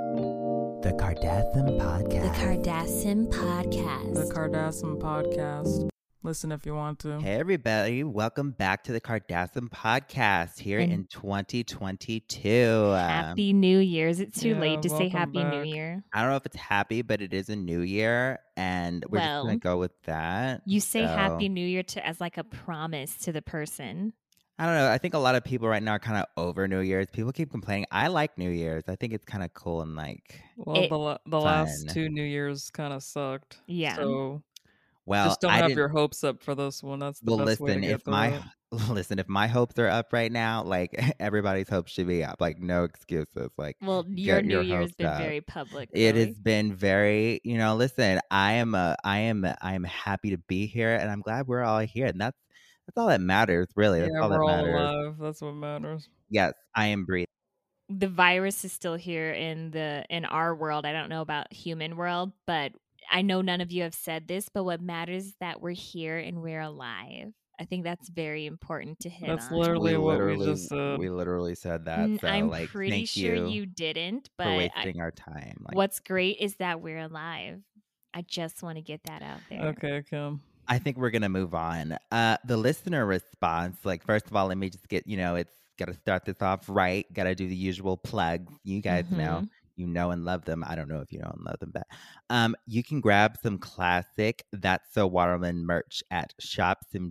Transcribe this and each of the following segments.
The Cardassian The Podcast. Cardassian Podcast. The Cardassian Podcast. Listen if you want to. Hey everybody, welcome back to the Cardassian Podcast here And- in 2022. Happy New Year's. It's too late Yeah, to say welcome Happy back. New Year. I don't know if it's happy, but it is a new year and we're just Well, going to go with that. You say Happy So- New Year to as like a promise to the person. I don't know. I think a lot of people right now are kind of over New Year's. People keep complaining. I like New Year's. I think it's kind of cool and like Well, It- the, la- the last Fun. two New Year's kind of sucked. Yeah. So well, just don't I have didn't- your hopes up for this one. That's the Well, best way to listen, get if through my it. listen, if my hopes are up right now, like everybody's hopes should be up. Like no excuses. Like Well, your Get New your Year's hopes been up. very public. it really. has been very, you know, listen, I am a I am a, I am happy to be here and I'm glad we're all here. And that's that's all that matters, really. That's yeah, all that we're all uh, matters. alive. That's what matters. Yes, I am breathing. the virus is still here in the in our world. I don't know about human world, but I know none of you have said this, but what matters is that we're here and we're alive. I think that's very important to hit That's on. literally what we just said. Mm, we literally said that. N- So I'm like pretty thank sure you, you didn't, but for I- wasting our time. Like What's great is that we're alive. I just want to get that out there. Okay, Kim. I think we're gonna move on. Uh, the listener response, like first of all, let me just get you know, it's gotta start this off right. Gotta do the usual plug. You guys Mm-hmm. know, you know and love them. I don't know if you know and love them, but um, you can grab some classic That's So Watermelon merch at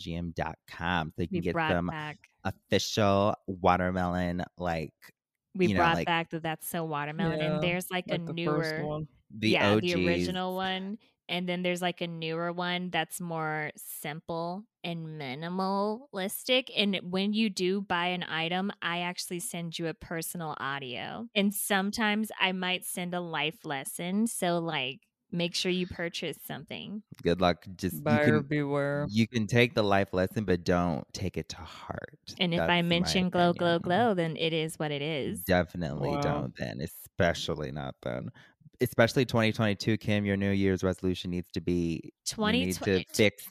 shopsimgm.com. So you We can get brought some back. official watermelon like We you know, brought like- back the that's so watermelon, Yeah, and there's like, Like a the first newer, one. the yeah, OGs. the original one, and then there's like a newer one that's more simple and minimalistic. And when you do buy an item, I actually send you a personal audio, and sometimes I might send a life lesson. So like, make sure you purchase something. Good luck. Just you Buyer can, beware. you can take the life lesson, but don't take it to heart. And if That's I my mention glow, opinion. glow, Mm-hmm. glow, then it is what it is. Definitely Wow. don't then, especially not then. Especially 2022, Kim, your New Year's resolution needs to be you need to 2020 fix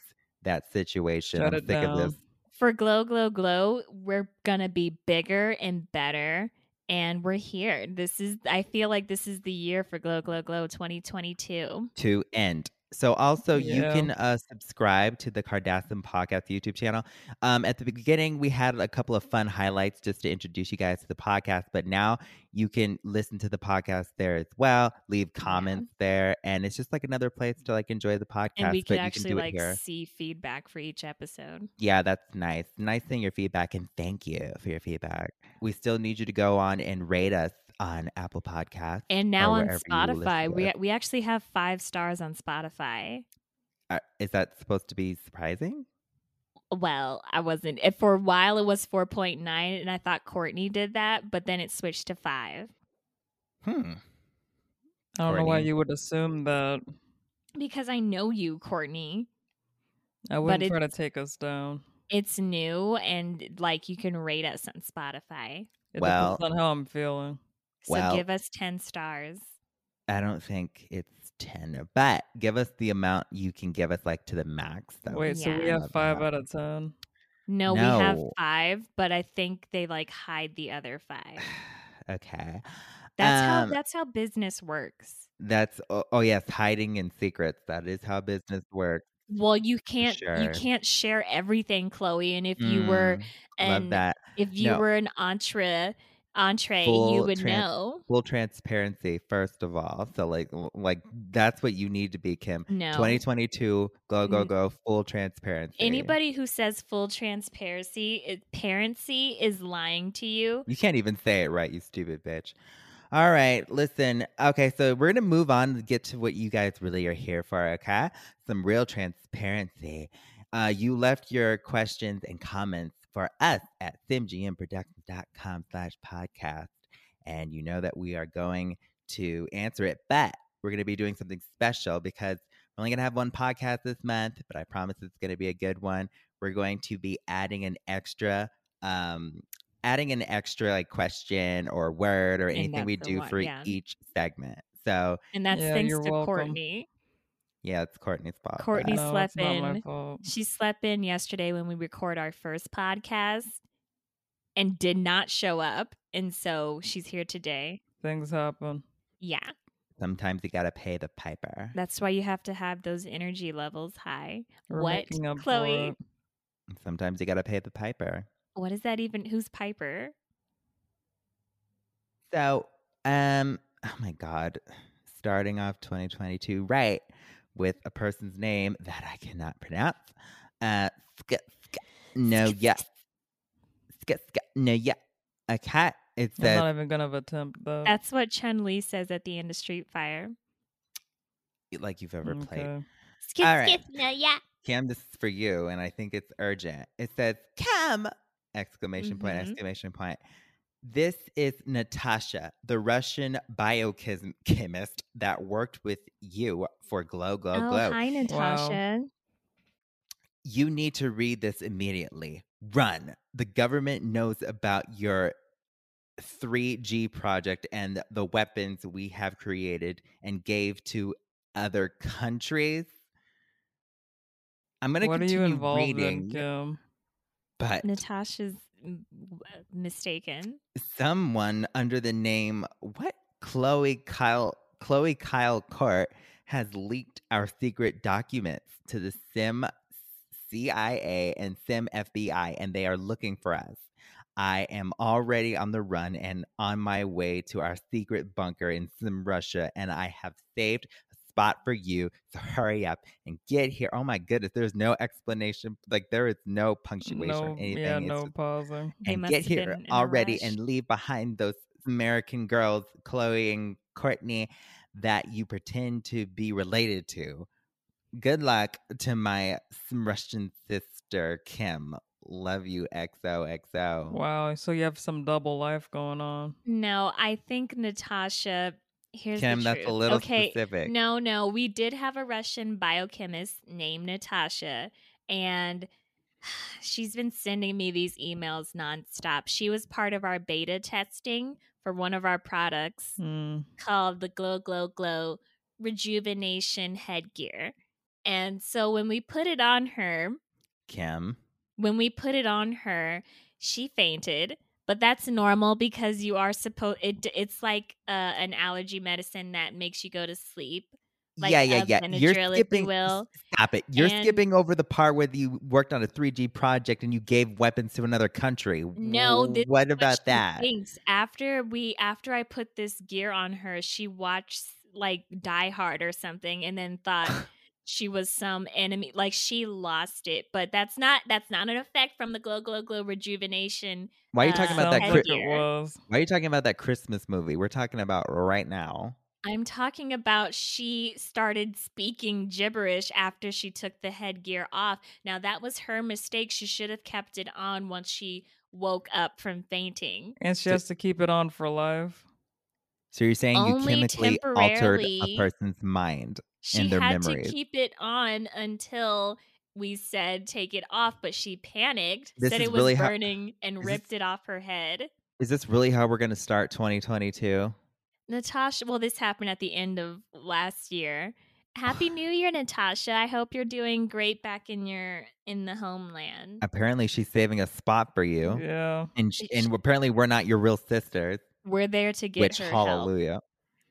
that situation. Shut I'm it sick of this. down. for glow, glow, glow, we're gonna be bigger and better. And we're here. This is, I feel like this is the year for Glow, Glow, Glow 2022. to end. So also you Yeah. can uh, subscribe to the Cardassian Podcast YouTube channel. Um, at the beginning, we had a couple of fun highlights just to introduce you guys to the podcast, but now you can listen to the podcast there as well. Leave comments there, and it's just like another place to like enjoy the podcast. And we but could you actually can do like it here. see feedback for each episode. Yeah, that's nice. Nice seeing your feedback and thank you for your feedback. We still need you to go on and rate us on Apple Podcasts. And now on wherever you listen Spotify, to we, us. we actually have five stars on Spotify. Uh, is that supposed to be surprising? Well, I wasn't. If for a while it was 4.9, and I thought Courtney did that, but then it switched to five Hmm. I don't know why Courtney. you would assume that. because I know you, Courtney. I wouldn't try to it's- take us down. It's new and like you can rate us on Spotify. It Well- depends on how I'm feeling. So Well- give us 10 stars. I don't think it's 10, but give us the amount you can give us, like to the max. That Wait, would so we be Yeah. have lovely. five out of ten. No, we have No. five, but I think they like hide the other five. okay. That's Um, how that's how business works. That's, oh, oh, yes, hiding in secrets. That is how business works. Well, you can't you sure. can't share everything, Chloe. And if you were Hmm, Mm, love an that. if you No. were an entree entree, you Full would trans- know. Full transparency, first of all. So, like, l- like that's what you need to be, Kim. No. 2022, go, go, Mm. go, full transparency. Anybody who says full transparency, it, parency is lying to you. You can't even say it right, you stupid bitch. All right, listen. Okay, so we're gonna move on to get to what you guys really are here for, okay? Some real transparency. Uh, you left your questions and comments for us at simgmproductions.com slash podcast. And you know that we are going to answer it, but we're gonna be doing something special because we're only gonna have one podcast this month, but I promise it's gonna be a good one. We're going to be adding an extra um adding an extra like question or word or And anything we that's the do one, for yeah. each segment. So And that's Yeah, thanks to you're welcome. Courtney. yeah, it's Courtney's fault. Courtney but- No, it's slept not my in. fault. She slept in yesterday when we record our first podcast and did not show up. And so she's here today. things happen. Yeah. Sometimes you gotta pay the piper. That's why you have to have those energy levels high. We're what, making up for Chloe? it. Sometimes you gotta pay the piper. What is that even? Who's Piper? So, um, oh my God, starting off 2022 right with a person's name that I cannot pronounce. Uh, sk- sk- no, yeah, sk- sk- no, yeah, a cat. It I'm says not even gonna attempt Oh. that. That's what Chun Li says at the end of Street Fire. like you've ever played. Okay. Skip, All right. skip, no, yeah. Cam, this is for you, and I think it's urgent. It says Cam! Exclamation point! Mhm. Exclamation point! This is Natasha, the Russian biochemist that worked with you for Glow, Glow, oh, Glow. hi, uh, Natasha. you need to read this immediately. Run. The government knows about your 3G project and the weapons we have created and gave to other countries. I'm going to What are continue you involved in, reading, Kim? but Natasha's m- w- uh, mistaken. someone under the name what Chloe Kyle Chloe Kyle Court has leaked our secret documents to the Sim CIA and Sim FBI and they are looking for us. I am already on the run and on my way to our secret bunker in Sim Russia and I have saved a spot for you. So hurry up and get here. Oh my goodness, there's no explanation. Like there is no punctuation or No, anything. yeah, It's no just- pausing. They and must get have been here in a already rush. and leave behind those American girls, Chloe and Courtney, that you pretend to be related to. Good luck to my s- Russian sister, Kim. Love you, XOXO. Wow, so you have some double life going on. No, I think Natasha. Here's Kim, the that's a truth. little okay, specific. No, no, we did have a Russian biochemist named Natasha, and she's been sending me these emails nonstop. She was part of our beta testing for one of our products Hmm. called the Glow Glow Glow Rejuvenation Headgear. And so when we put it on her, Kim. when we put it on her, she fainted. But that's normal because you are supposed. It, it's like uh, an allergy medicine that makes you go to sleep. Like yeah, yeah, a yeah. You're Benadryl, if you skipping. will, Stop it. You're and- skipping over the part where you worked on a 3G project and you gave weapons to another country. No, this what what about she that? thinks. After we, after I put this gear on her, she watched like Die Hard or something, and then thought she was some enemy. Like she lost it, but that's not that's not an effect from the glow, glow, glow rejuvenation. Why are you talking uh, about that? Sounds cri- like it headgear. was. Why are you talking about that Christmas movie? We're talking about right now. I'm talking about she started speaking gibberish after she took the headgear off. Now that was her mistake. She should have kept it on once she woke up from fainting. And she has to keep it on for life. So you're saying you Only chemically altered a temporarily. person's mind. she and their had memories. to keep it on until we said take it off, but she panicked, This said is it was really how- burning, and this is- ripped it off her head. Is this really how we're going to start 2022? Natasha, well, this happened at the end of last year. Happy New Year, Natasha. I hope you're doing great back in your in the homeland. Apparently, she's saving a spot for you, Yeah. and sh- Sh- and apparently, we're not your real sisters. We're there to get Which her help. hallelujah!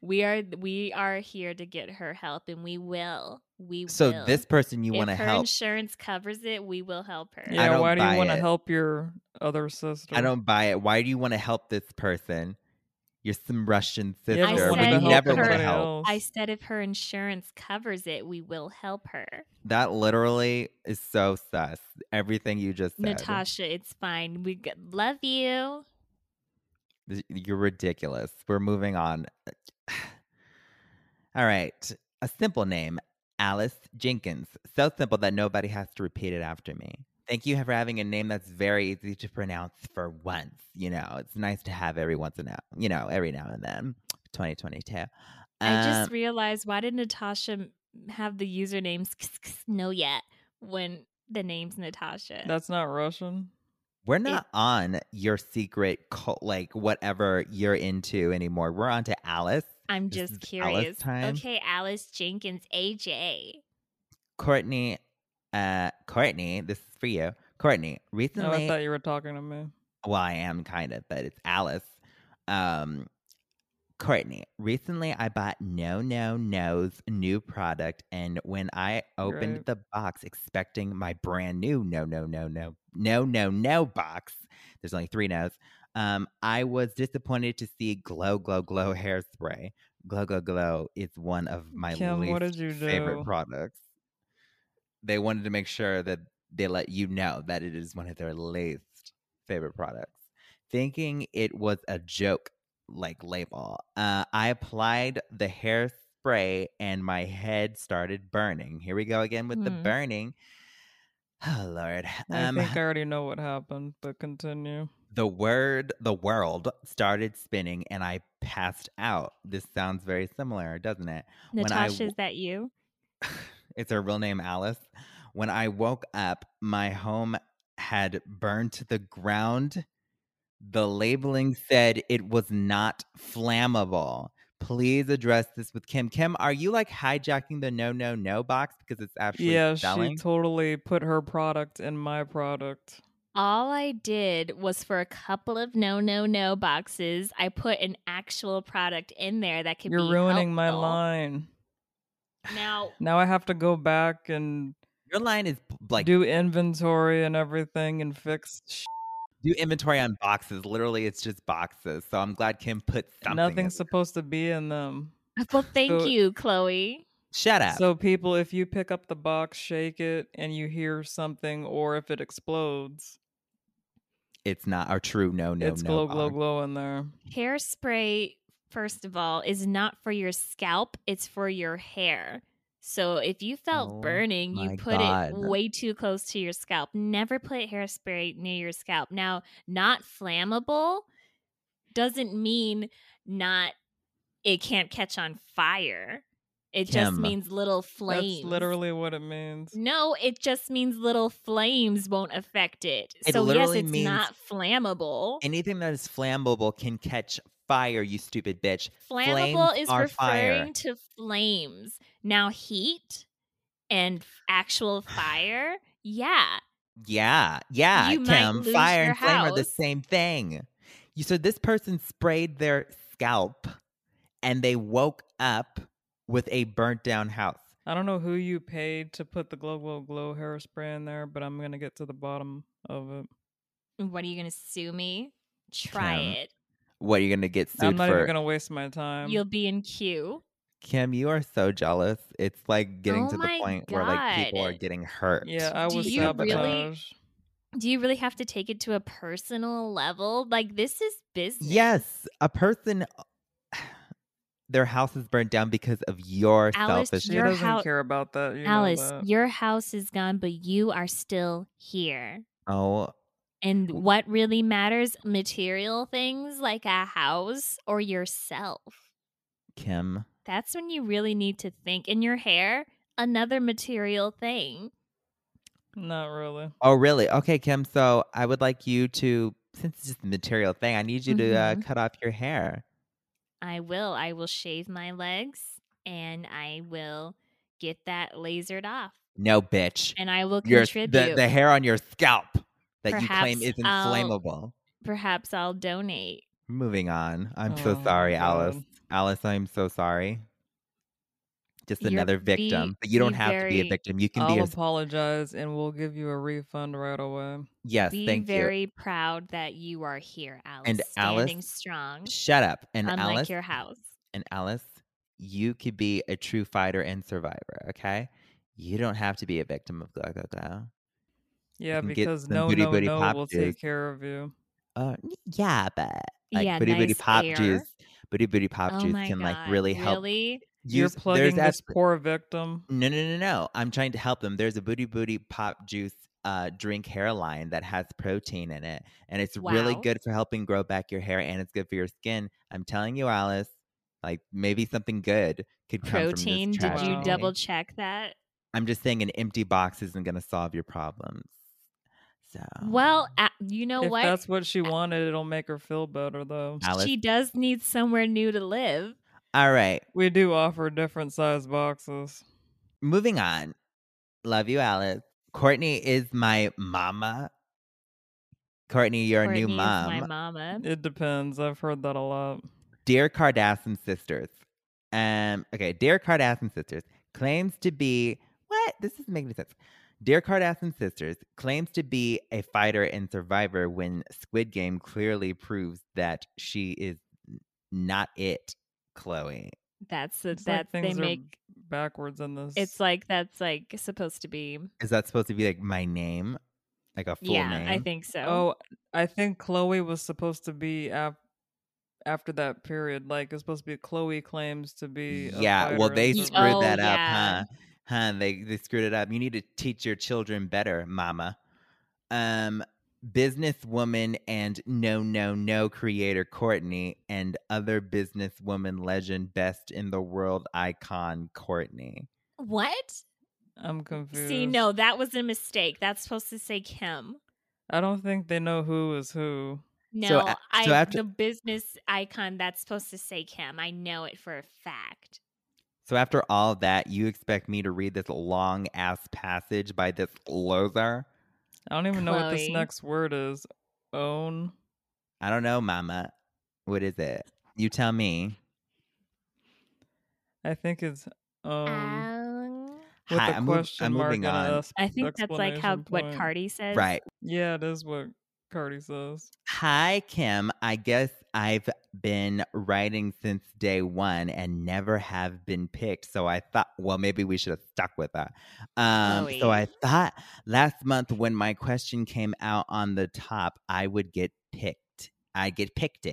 We are we are here to get her help, and we will. We So will. this person you if want to her help, insurance covers it, we will help her. Yeah, don't why do you buy want to it. help your other sister? I don't buy it. Why do you want to help this person? You're some Russian You ever sister. I when said you never want to somebody help. else? I said if her insurance covers it, we will help her. That literally is so sus. Everything you just said. Natasha, it's fine. We g- love you. Th- You're ridiculous. We're moving on. All right. A simple name, Alice Jenkins. So simple that nobody has to repeat it after me. Thank you for having a name that's very easy to pronounce for once. You know, it's nice to have every once in a, you know, every now and then. 2022. I just Um, realized why did Natasha m- have the usernames no yet when the name's Natasha? That's not Russian. we're not on your secret, cult, like whatever you're into anymore. We're on to Alice, I'm this is just Alice curious. time. Okay, Alice Jenkins, AJ. Courtney, uh, Courtney. This is for you, Courtney. No, Recently, Oh, I thought you were talking to me. well i am kind of but it's alice um Courtney, recently I bought No No No's new product, and when I opened Right. the box expecting my brand new No No No No No No No box, there's only three no's. Um, I was disappointed to see Glow Glow Glow hairspray. Glow Glow Glow is one of my Kim, least what did you favorite do? products. They wanted to make sure that they let you know that it is one of their least favorite products, thinking it was a joke like label. Uh, I applied the hairspray and my head started burning. Here we go again with the Hmm. burning. Oh Lord. Mm-hmm. I Um, think I already know what happened, but continue. the word the world started spinning and I passed out. This sounds very similar, doesn't it? When I Natasha, w- is that you? it's her real name, Alice. When I woke up, my home had burned to the ground. The labeling said it was not flammable. Please address this with Kim. Kim, are you like hijacking the no, no, no box because it's actually yeah, selling? she totally put her product in my product. All I did was for a couple of no, no, no boxes, I put an actual product in there that could You're be ruining my helpful. line. Now, Now I have to go back and Your line is p- like do, do inventory and everything and fix sh- inventory on boxes. Literally, it's just boxes. So I'm glad Kim put something. in- nothing's supposed to be in them. well, thank So- you, Chloe. Shut up. So people, if you pick up the box, shake it, and you hear something, or if it explodes, it's not our true no, no, it's no. uh-huh. glow, box. glow, glow in there. Hairspray, first of all, is not for your scalp, it's for your hair. So if you felt Oh burning, you my put God. it way too close to your scalp. Never put hairspray near your scalp. Now, not flammable doesn't mean not it can't catch on fire. It just Kim. means little flames. That's literally what it means. No, it just means little flames won't affect it. It so yes, literally it's means- not flammable. Anything that is flammable can catch fire, you stupid bitch. Flammable flames is are fire. referring to flames. Now heat and f- actual fire, yeah. Yeah, yeah, You might Kim. lose Fire your and flame are the house. same thing. You so this person sprayed their scalp and they woke up with a burnt down house. I don't know who you paid to put the glow, glow, glow hairspray in there, but I'm gonna get to the bottom of it. What are you gonna sue me? Try Kim, Um it. What are you gonna get sued I'm not for? even gonna waste my time. You'll be in queue. Kim, you are so jealous. It's like getting Oh to the my point where like people are God. getting hurt. yeah, I Do was you really- sabotaged. Do you really have to take it to a personal level? Like this is business. Yes, a person their house is burnt down because of your Alice, She selfishness. Your doesn't hou- care about that. You Alice, know that. your house is gone, but you are still here. Oh, And W- what really matters material things like a house or yourself. Kim. That's when you really need to think. In your hair, another material thing. Not really. Oh, really? Okay, Kim. So I would like you to, since it's just a material thing, I need you to uh, Mhm. cut off your hair. I will. I will shave my legs and I will get that lasered off. No, bitch. And I will Your, contribute. the, the hair on your scalp that you Perhaps claim is I'll- inflammable. Perhaps I'll donate. Moving on. I'm so Oh, sorry, Alice. God. Alice, I'm so sorry. Just You're- another be- victim, but you don't be have to be a very- oh, victim. You can be. I'll A, apologize, and we'll give you a refund right away. yes, Be thank very proud that you are here, Alice. And standing Alice, strong, you. Shut up, and unlike Alice. your house. and Alice, you could be a true fighter and survivor. Okay, you don't have to be a victim of blah blah blah. Yeah, can get because some no, booty no, booty no pop will juice. take care of you. Uh, n- yeah, but like yeah, booty nice booty pop hair. juice, booty booty pop Oh juice my can god! like really help. Really? You're use- there's plugging this actually- poor victim. no, no, no, no. I'm trying to help them. There's a booty booty pop juice uh, drink hair line that has protein in it, and it's really Wow. good for helping grow back your hair, and it's good for your skin. I'm telling you, Alice. Like maybe something good could come Protein? From this Did trash you Wow. can. double check that? I'm just saying an empty box isn't going to solve your problems. So Well, Um, a- you know if what? that's what she wanted, it'll make her feel better, though. Alice, She does need somewhere new to live. all right, We do offer different size boxes. moving on. Love you, Alice. Courtney is my mama. Courtney, you're a Courtney new is my mom. mama. It depends. I've heard that a lot. Dear Kardashian sisters. Um, okay, Dear Kardashian sisters claims to be what? This doesn't make any sense. Dear Kardashian sisters claims to be a fighter and survivor when Squid Game clearly proves that she is n- not it, Chloe. That's the It's that like they things are make. backwards in this. It's like that's like supposed to be. Is that supposed to be like my name? Like a full yeah, name? I think so. oh, I think Chloe was supposed to be af- after that period. Like it's supposed to be Chloe claims to be. a Yeah, well, fighter and they Ye- screwed survivor. Oh, that up, yeah. huh? Huh? They they screwed it up. You need to teach your children better, Mama. Um, businesswoman and no no no creator Courtney and other businesswoman legend, best in the world icon Courtney. what? I'm confused. See, no, that was a mistake. That's supposed to say Kim. I don't think they know who is who. No, So a- I so after- the business icon that's supposed to say Kim. I know it for a fact. So after all that, you expect me to read this long ass passage by this loser? I don't even know what this Chloe. next word is. Own. I don't know, Mama. What is it? You tell me. I think it's own. Um, with Hi, a I'm mov- question I'm mark moving and on. a s- I think that's like how exclamation what point. Cardi says. Right. Yeah, it is what Cardi says. Hi, Kim. I guess I've been writing since day one and never have been picked. So I thought, well, maybe we should have stuck with that. Um, so I Chloe. thought last month when my question came out on the top, I would get picked. I get picked.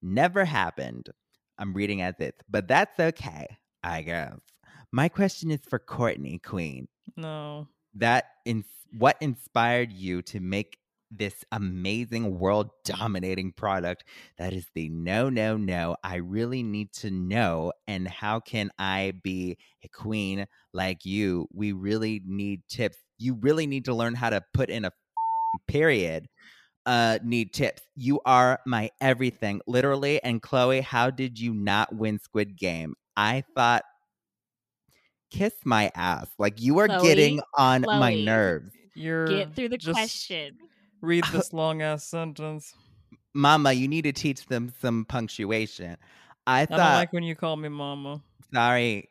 Never happened. I'm reading as it's, but that's okay, I guess. My question is for Courtney Queen No. that in what inspired you to make this amazing world dominating product that is the no no no i really need to know and how can i be a queen like you we really need tips you really need to learn how to put in a period uh need tips you are my everything literally and chloe how did you not win squid game i thought kiss my ass like you are getting on my Chloe. nerves You're Get through the just question. Read this long ass sentence. mama you need to teach them some punctuation i I thought don't like when you call me mama. sorry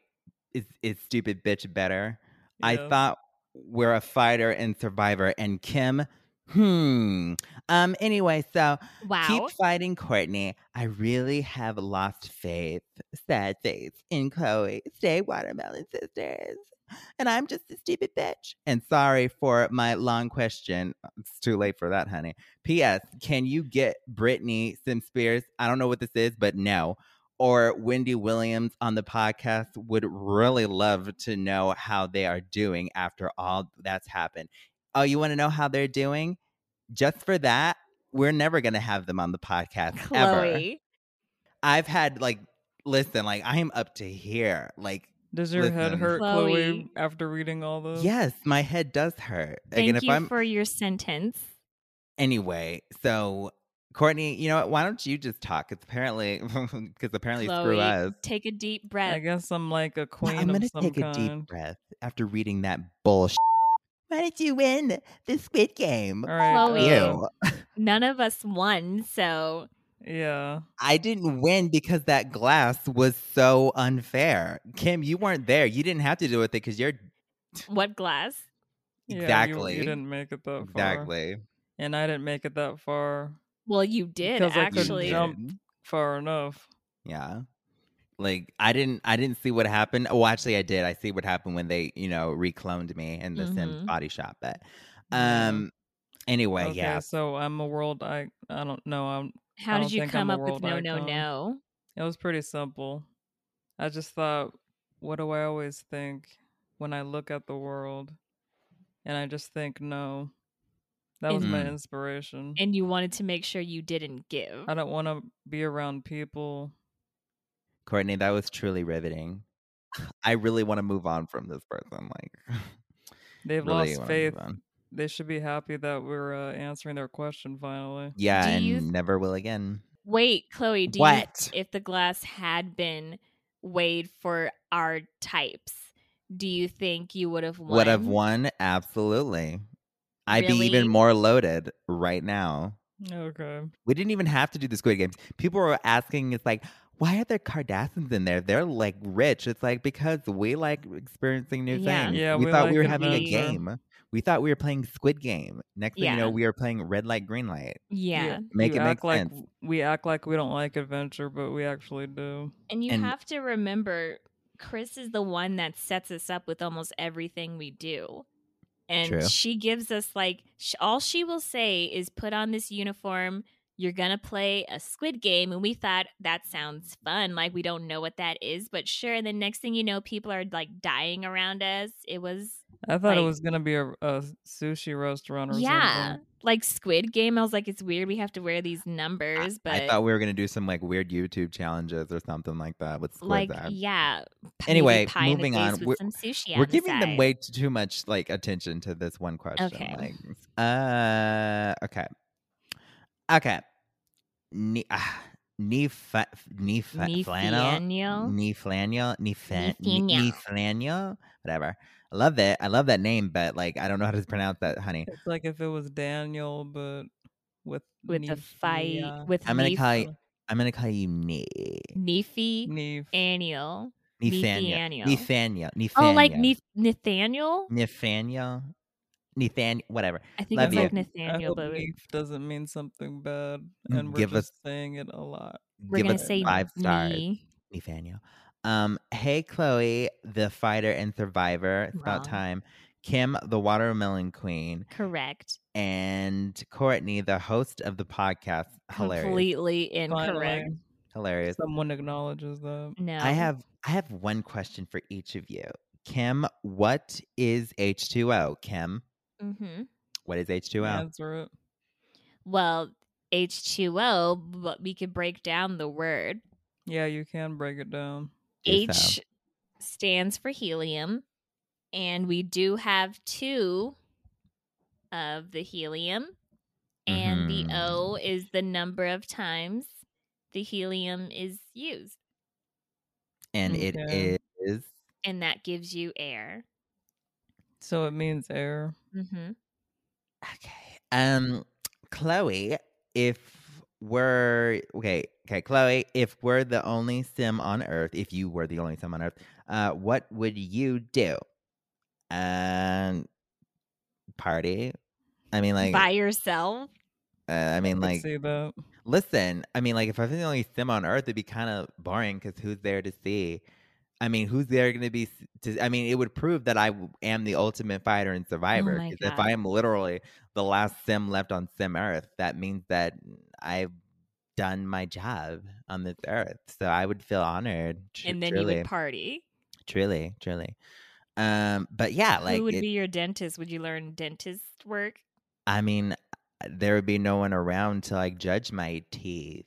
is, is stupid bitch better I Yeah. thought we're a fighter and survivor. And Kim, hmm. Um. Anyway, so Wow. keep fighting, Courtney. I really have lost faith, sad faith in Chloe. Stay watermelon sisters. And I'm just a stupid bitch. And sorry for my long question. It's too late for that, honey. P.S. Can you get Brittany Sim Spears? I don't know what this is, but no or Wendy Williams on the podcast would really love to know how they are doing after all that's happened. Oh, you want to know how they're doing? Just for that, we're never going to have them on the podcast ever. Chloe. I've had like listen, like I am up to here. Like Does your head Listen. hurt, Chloe. Chloe. after reading all this? yes, my head does hurt. Thank if you I'm for your sentence. anyway, so Courtney, you know what? Why don't you just talk? It's apparently because apparently screw us. Chloe, take a deep breath. I guess I'm like a Well, queen I'm of gonna some take kind. a deep breath after reading that bullshit. Why did you win the Squid Game? All right. Chloe. uh, You. None of us won, so yeah. I didn't win because that glass was so unfair. Kim, you weren't there. You didn't have to do with it because you're what glass? yeah, you- exactly, You, didn't make it that far. exactly. And I didn't make it that far Well, you did Because I couldn't actually. jump. far enough. Yeah. Like I didn't, I didn't see what happened. Oh, actually, I did. I see what happened when they, you know, recloned me in the Sims Mhm. body shop. But, Mm-hmm. Yeah. um, anyway, okay, yeah, so I'm a world I I don't know. I'm How I did don't you think come I'm a up with world no, no, icon. no? It was pretty simple. I just thought, what do I always think when I look at the world? And I just think, no. That was my Mhm. inspiration. And you wanted to make sure you didn't give. I don't want to be around people. Courtney, that was truly riveting. I really want to move on from this person. Like, They've really wanna lost move faith. on. They should be happy that we're uh, answering their question finally. Yeah, Do and you- never will again. Wait, Chloe, do you what? if the glass had been weighed for our types, do you think you would have won? Would have won? Absolutely. I'd be even Really? more loaded right now. Okay. We didn't even have to do the Squid Games. People were asking, it's like, why are there Kardashians in there? They're like rich. It's like because we like experiencing new Yeah. things. Yeah, we, we thought like we were having a adventure. game. We thought we were playing Squid Game. Next thing you know, Yeah. we are playing red light, green light. Yeah. Make you it make act like sense. w- we act like we don't like adventure, but we actually do. And you And- have to remember, Chris is the one that sets us up with almost everything we do. And True. she gives us, like, sh- all she will say is put on this uniform. You're going to play a squid game. And we thought that sounds fun. Like, we don't know what that is, but sure. And the next thing you know, people are like dying around us. It was, I thought it Like- was gonna be a, a sushi restaurant or yeah. something. Like, squid game. I was like, it's weird. We have to wear these numbers, but. I thought we were gonna do some like weird YouTube challenges or something like that with like squids. at. yeah. p- maybe Anyway, pie in the moving face on. with We're- some sushi on we're the giving them side. way too, too much like attention to this one question. Okay. Like, uh, okay, okay. Knee, uh, knee, fa- knee, fa- Knee flannel, flannel? knee flannel, knee, fan, knee, flannel. knee flannel, whatever. I love that. I love that name, but like, I don't know how to pronounce that, honey. It's like if it was Daniel, but with with the Nif- fight Nia- with I'm gonna Neef- call you. I'm gonna call you knee. Neefy Nif. Aniel. Nathaniel. Nathaniel. Nathaniel. Oh, like Nathaniel. Neef- Nathaniel? Nathaniel. Nathan, whatever. I think Love it's like you. I Nathaniel, hope but we- Nif doesn't mean something bad, Mm, and we're give us- just saying it a lot. we're Give gonna us say five stars. knee. Nathaniel. Um, hey Chloe, the fighter and survivor. It's about Wrong. time. Kim, the watermelon queen, Correct. and Courtney, the host of the podcast. Hilarious. Completely incorrect. Finally, Hilarious. someone acknowledges that. No. I have I have one question for each of you. Kim, what is H2O? Kim, hmm what is H2O? Answer it. Well, H2O, but we could break down the word. Yeah, you can break it down. Do so. H stands for helium, and we do have two of the helium, and Mhm. the O is the number of times the helium is used, And Okay. it is and that gives you air. So it means air. hmm Okay. Um, Chloe, if we're okay, okay, Chloe, if we're the only sim on Earth, if you were the only sim on Earth, uh, what would you do? Um, party. I mean, like, By yourself, uh, I mean, I like, see that. listen. I mean, like, if I was the only sim on Earth, it'd be kind of boring because who's there to see? I mean, who's there going to be? s- To, I mean, it would prove that I w- am the ultimate fighter and survivor. Oh my 'cause if God. I am literally the last sim left on Sim Earth, that means that I've done my job on this Earth. So I would feel honored. tru- and then truly, you would party. truly, truly. Um, but yeah, like, Who would it- be your dentist? Would you learn dentist work? I mean, uh, there would be no one around to like judge my teeth.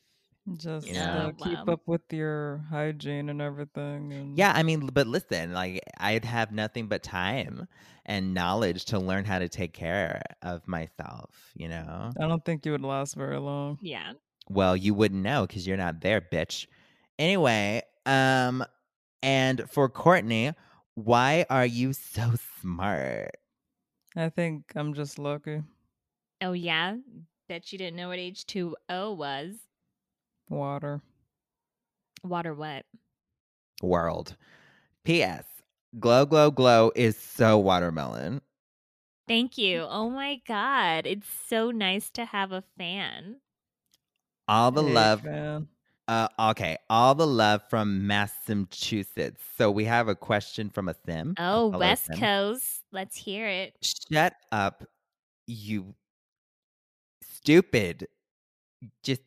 Just know. uh, keep Wow. up with your hygiene and everything. And Yeah, I mean, but listen, like I'd have nothing but time and knowledge to learn how to take care of myself, you know? I don't think you would last very long. Yeah. Well, you wouldn't know because you're not there, bitch. Anyway, um, and for Courtney, why are you so smart? I think I'm just lucky. Oh yeah. Bet you didn't know what H2O was. Water. Water what? World. P.S. Glow, glow, glow is so watermelon. Thank you. Oh my God. It's so nice to have a fan. All the Hey, love fan. Uh, okay, all the love from Massachusetts. So we have a question from a sim. a Oh, fellow West sim. Coast. Let's hear it. Shut up, you stupid. Just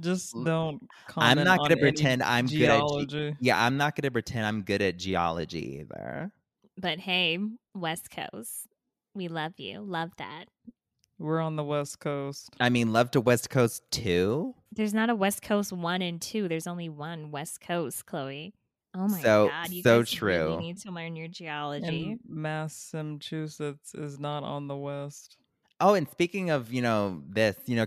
Just L- don't. I'm comment not gonna on any pretend I'm good at. Ge- geology. yeah, I'm not gonna pretend I'm good at geology either. But hey, West Coast. We love you. Love that. We're on the west coast. I mean, love to West Coast too. There's not a West Coast one and two. There's only one West Coast, Chloe. Oh my So- God. You so guys true. really need to learn your geology. And Massachusetts is not on the west. Oh, and speaking of, you know, this, you know,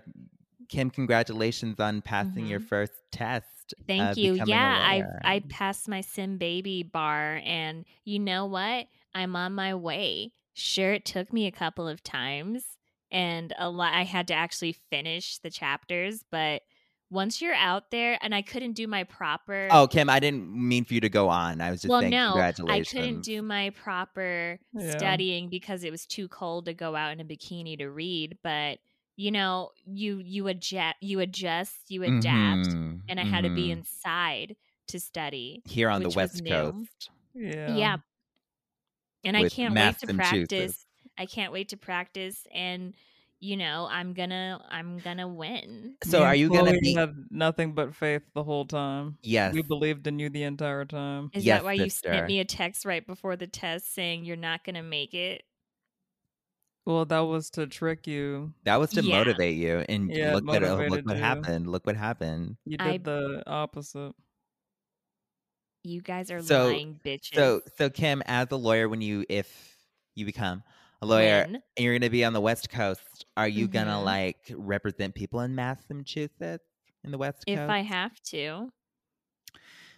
Kim, congratulations on passing your Mm-hmm. first test. Thank of you. becoming a Yeah, I lawyer. I passed my Sim Baby bar, and you know what? I'm on my way. Sure, it took me a couple of times, and a lot I had to actually finish the chapters, but once you're out there and I couldn't do my proper Oh, Kim, I didn't mean for you to go on. I was just well, saying no, I congratulations. couldn't do my proper Yeah. studying because it was too cold to go out in a bikini to read. But you know, you you adjust, you adjust, you adapt, Mhm, and I had to be mhm. inside to study. mm-hmm. here on the which was West new. Coast. Yeah. Yeah, and I With can't wait to Massachusetts. practice. I can't wait to practice, and you know, I'm gonna I'm gonna win. So Me are and you gonna Chloe be? had nothing but faith the whole time. Yes. We believed in you the entire time. Is Yes, that why you sister. sent me a text right before the test saying you're not gonna make it? Well, that was to trick you. That was to Yeah. motivate you, and Yeah, it look at it. oh, Look motivated what you. happened. Look what happened. You did I- the opposite. You guys are So- lying bitches. So, so Kim, as a lawyer, when you if you become a lawyer When? and you're gonna be on the West Coast, are you gonna Mhm. like represent people in Massachusetts in the West if Coast? I have to.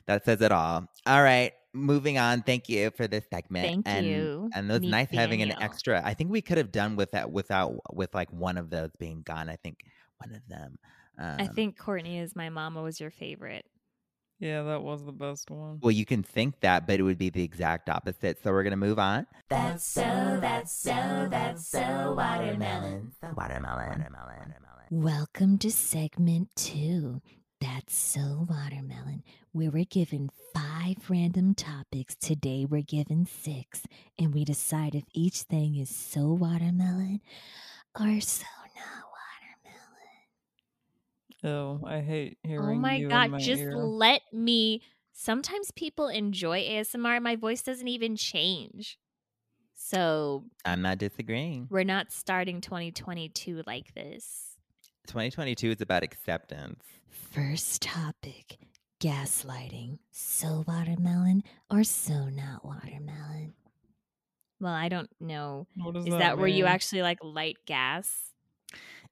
that says it all. All right, moving on. Thank you for this segment. Thank and, you, And it was nice having an Nathaniel. extra. I think we could have done with that without with like one of those being gone. I think one of them. Um, I think Courtney is my mama was your favorite. Yeah, that was the best one. Well, you can think that, but it would be the exact opposite. So we're gonna move on. That's so, that's so, that's so watermelon. Watermelon. Watermelon. Welcome to segment two. That's so watermelon, where we're given five random topics. Today we're given six, and we decide if each thing is so watermelon or so not watermelon. Oh, I hate hearing. Oh my you in god, my just ear. let me. Sometimes people enjoy ASMR, my voice doesn't even change. So I'm not disagreeing. we're not starting 2022 like this. 2022 is about acceptance. First topic gaslighting. So watermelon or so not watermelon? Well, I don't know. What does Is that, where you mean? actually like light gas?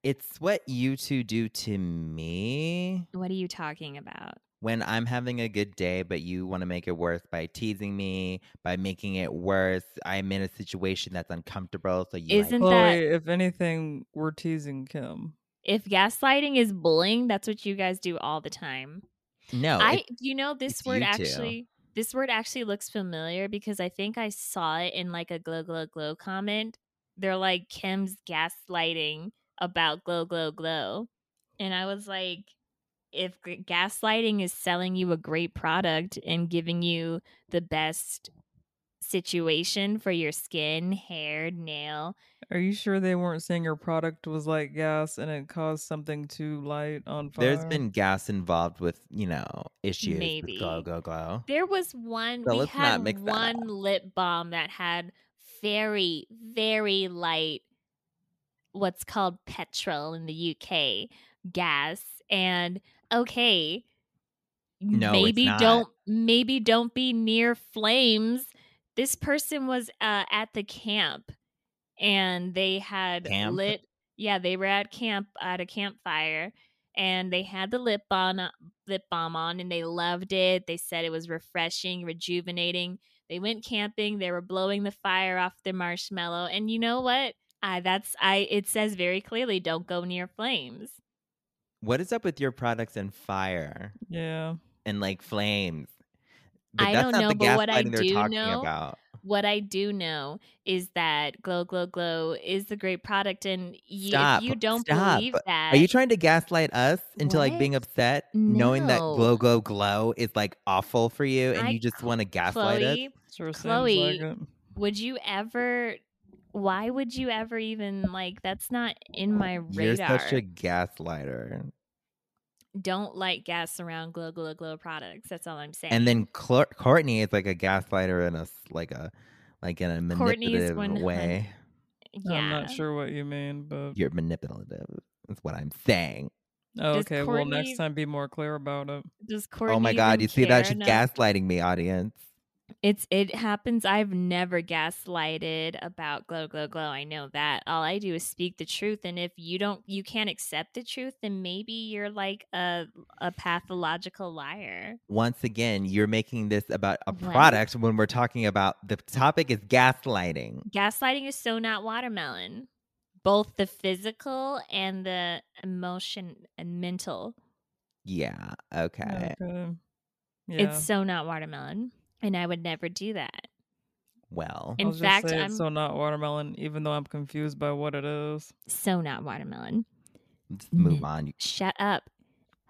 It's what you two do to me What are you talking about? when I'm having a good day, but you want to make it worse by teasing me, by making it worse. I'm in a situation that's uncomfortable. So you like, Isn't Chloe, that if anything, we're teasing Kim. if gaslighting is bullying, that's what you guys do all the time. no, I it's- you know this it's word you two. actually this word actually looks familiar because I think I saw it in like a glow glow glow comment. They're like Kim's gaslighting about glow glow glow. And I was like if g- gaslighting is selling you a great product and giving you the best situation for your skin, hair, nail, Are you sure they weren't saying your product was like gas and it caused something too light on fire? there's been gas involved with, you know, issues. With glow, Maybe. glow, glow. There was one. So we Uh-huh. let's not had mix that one lip balm that had very, very light, what's called petrol in the UK, gas. And okay, No, it's maybe not. don't maybe don't be near flames. This person was uh, at the camp, and they had Camp? lit. Yeah, they were at camp at a campfire, and they had the lip balm lip balm on and they loved it. They said it was refreshing, rejuvenating. They went camping, they were blowing the fire off their marshmallow. And you know what? I that's I it says very clearly don't go near flames. What is up with your products and fire? Yeah. and like flames. I don't know, but what I gaslighting they're do talking know- about. What I do know is that Glow Glow Glow is the great product and you, Stop, if you don't stop. believe that Are you trying to gaslight us into like being What? upset, knowing that No. glow, glow, glow is like awful for you, and I- you just want to gaslight us? Chloe, Sure seems Chloe, like it. would you ever why would you ever even like that's not in my radar? You're such a gaslighter. don't like gas around glow glow glow products. That's all I'm saying. And then Cl- Courtney is like a gaslighter in a s- like a like in a Courtney is manipulative 100 way. yeah, I'm not sure what you mean, but You're manipulative. Is what I'm saying. Oh, Does okay. Well, Courtney- next time be more clear about it. does Courtney? oh my god, even you see that care she's enough? gaslighting me, audience. It's it happens. I've never gaslighted about glow glow glow. I know that. All I do is speak the truth, and if you don't, you can't accept the truth, then maybe you're like a a pathological liar. once again, you're making this about a Right. product when we're talking about the topic is gaslighting. Gaslighting is so not watermelon. both the physical and the emotion and mental. Yeah. Okay. Okay. Yeah. It's so not watermelon. And I would never do that. Well, in I was fact, just saying, I'm- so not watermelon, even though I'm confused by what it is. So not watermelon. let's Mm-hmm. move on. Shut up.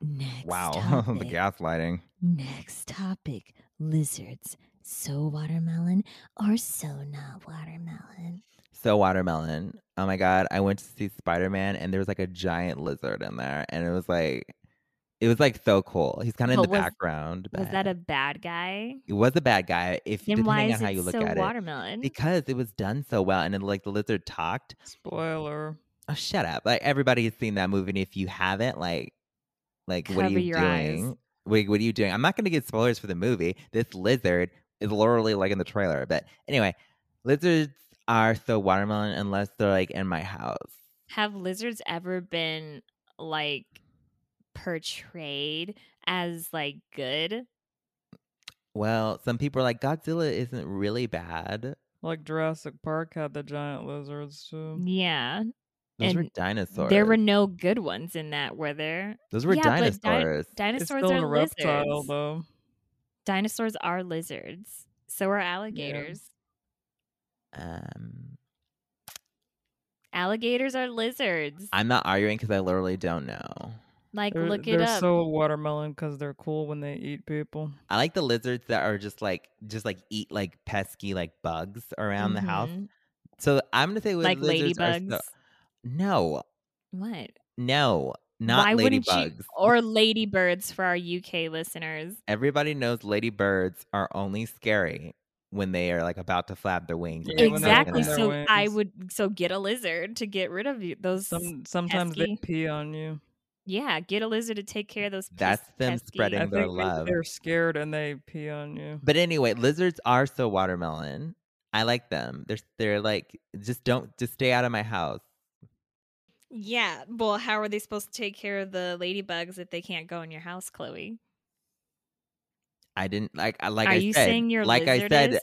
Next Wow. the topic. gaslighting. Next topic. Lizards. So watermelon or so not watermelon? So watermelon. Oh my god, I went to see Spider Man and there was like a giant lizard in there, and it was like, it was like so cool. He's kind of in But the was- background. Was but that a bad guy? It was a bad guy. If Then depending why is on how it you look so at watermelon? it, because it was done so well, and then like the lizard talked. Spoiler. Oh, shut up! Like everybody has seen that movie, and if you haven't, like, like what Cover are you your eyes. doing? Like, what are you doing? I'm not going to get spoilers for the movie. This lizard is literally like in the trailer, but anyway, lizards are so watermelon unless they're like in my house. Have lizards ever been like portrayed as like good? Well, some people are like Godzilla isn't really bad. Like Jurassic Park had the giant lizards too. Yeah. Those were And dinosaurs. There were no good ones in that, were there? Those were Yeah, but di- dinosaurs. it's Dinosaurs still are a reptile lizards. though. Dinosaurs are lizards. So are alligators. um, Alligators are lizards. I'm not arguing because I literally don't know. like they're look it they're up. so watermelon because they're cool when they eat people. I like the lizards that are just like just like eat like pesky like bugs around the house. Mhm. So I'm gonna say with Like lizards uh, are so- ladybugs. no, what? no, not Why wouldn't you ladybugs. or ladybirds for our UK listeners? Everybody knows ladybirds are only scary when they are like about to flap their wings. and Yeah, they open when they're exactly. their So their I wings. would so get a lizard to get rid of you, those. Some sometimes they pesky. pee on you. yeah, get a lizard to take care of those. pes- That's them pesky- spreading I They're think maybe loved. they're scared and they pee on you. But anyway, lizards are so watermelon. I like them. They're they're like just don't just stay out of my house. Yeah. Well, how are they supposed to take care of the ladybugs if they can't go in your house, Chloe? I didn't like I like are I you said, saying you're like I lizard said is?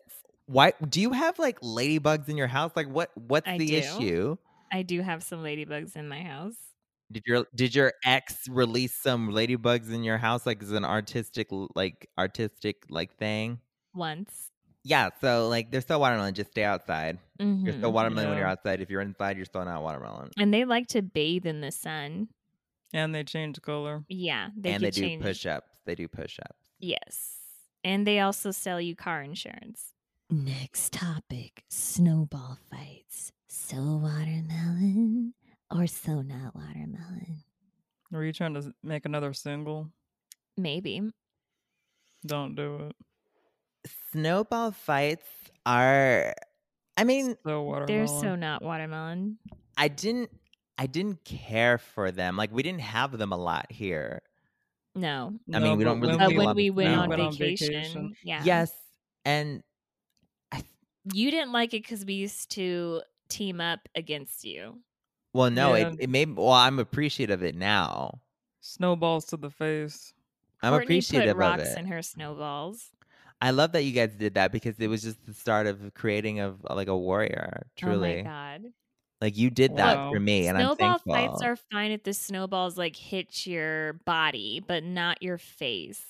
why do you have like ladybugs in your house? Like what what's I the do. issue? I do have some ladybugs in my house. Did your did your ex release some ladybugs in your house like as an artistic l- like artistic like thing? Once. Yeah, so like they're still watermelon, just stay outside. You're still Mhm. watermelon when Yeah. you're outside. If you're inside, you're still not watermelon. and they like to bathe in the sun. And they change color. Yeah, they and can they do change. push ups. They do push ups. Yes. And they also sell you car insurance. Next topic snowball fights. So watermelon or so not watermelon? Are you trying to s- make another single? Maybe. Don't do it. Snowball fights are I mean, So watermelon. They're so not watermelon. I didn't I didn't care for them. Like we didn't have them a lot here. No. I mean, No, we don't but really But we uh, when love we went snow. on Went on vacation, vacation. yeah. Yes. And You didn't like it because we used to team up against you. well, no, Yeah. it, it made well, I'm appreciative of it now. snowballs to the face. I'm Courtney appreciative put rocks of it. in her snowballs. Oh I love that you guys did that because it was just the start of creating of uh, like a warrior, Oh my truly. god. like you did that Wow. for me and I'm snowball thankful. fights are fine if the snowballs like hit your body, but not your face.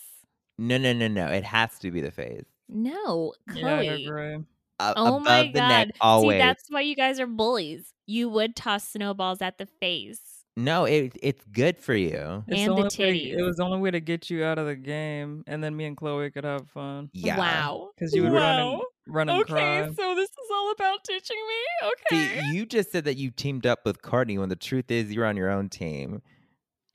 no, no, no, no. It has to be the face. No, Yeah, I Chloe. agree. Uh, oh above my the god! neck always. See, that's why you guys are bullies. You would toss snowballs at the face. no, it it's good for you. It's And the only way- titties. it was the only way to get you out of the game, and then me and Chloe could have fun Yeah. Wow. because you would run Wow. and run and cry. so this is all about teaching me. See, you just said that you teamed up with Courtney when the truth is you're on your own team.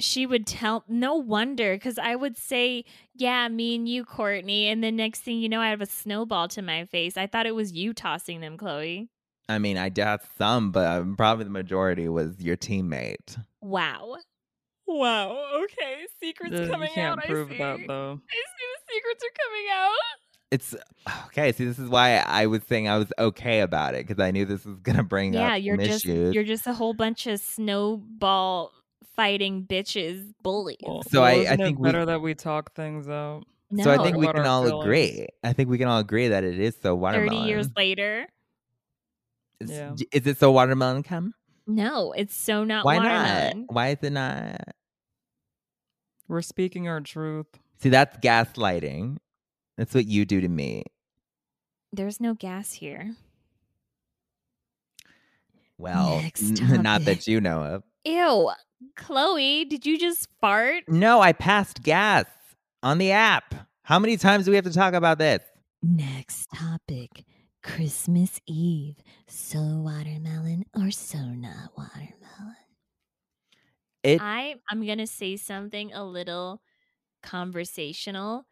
she would tell no wonder because i would say yeah me and you courtney and the next thing you know i have a snowball to my face i thought it was you tossing them chloe I mean, I doubt some, but um, probably the majority was your teammate. wow wow okay secrets Uh, you can't prove that though. the secrets are coming out It's okay. See, this is why I was saying I was okay about it because I knew this was gonna bring up yeah you're some just issues. you're just a whole bunch of snowball fighting bitches bullies Well, So well, I- I isn't it think we- better that we talk things out. no so I think we About can our all feelings. agree. I think we can all agree that it is so 30 watermelon. years later It's- Yeah. d- Is it so watermelon? Come No, it's so not Why watermelon. not? Why is it not? We're speaking our truth. See, that's gaslighting. That's what you do to me. There's no gas here. Well, Next n- not topic. that you know of. Ew. Chloe, did you just fart? No, I passed gas on the app. How many times do we have to talk about this? Next topic Christmas Eve. So watermelon or so not watermelon? It I I'm gonna say something a little conversational.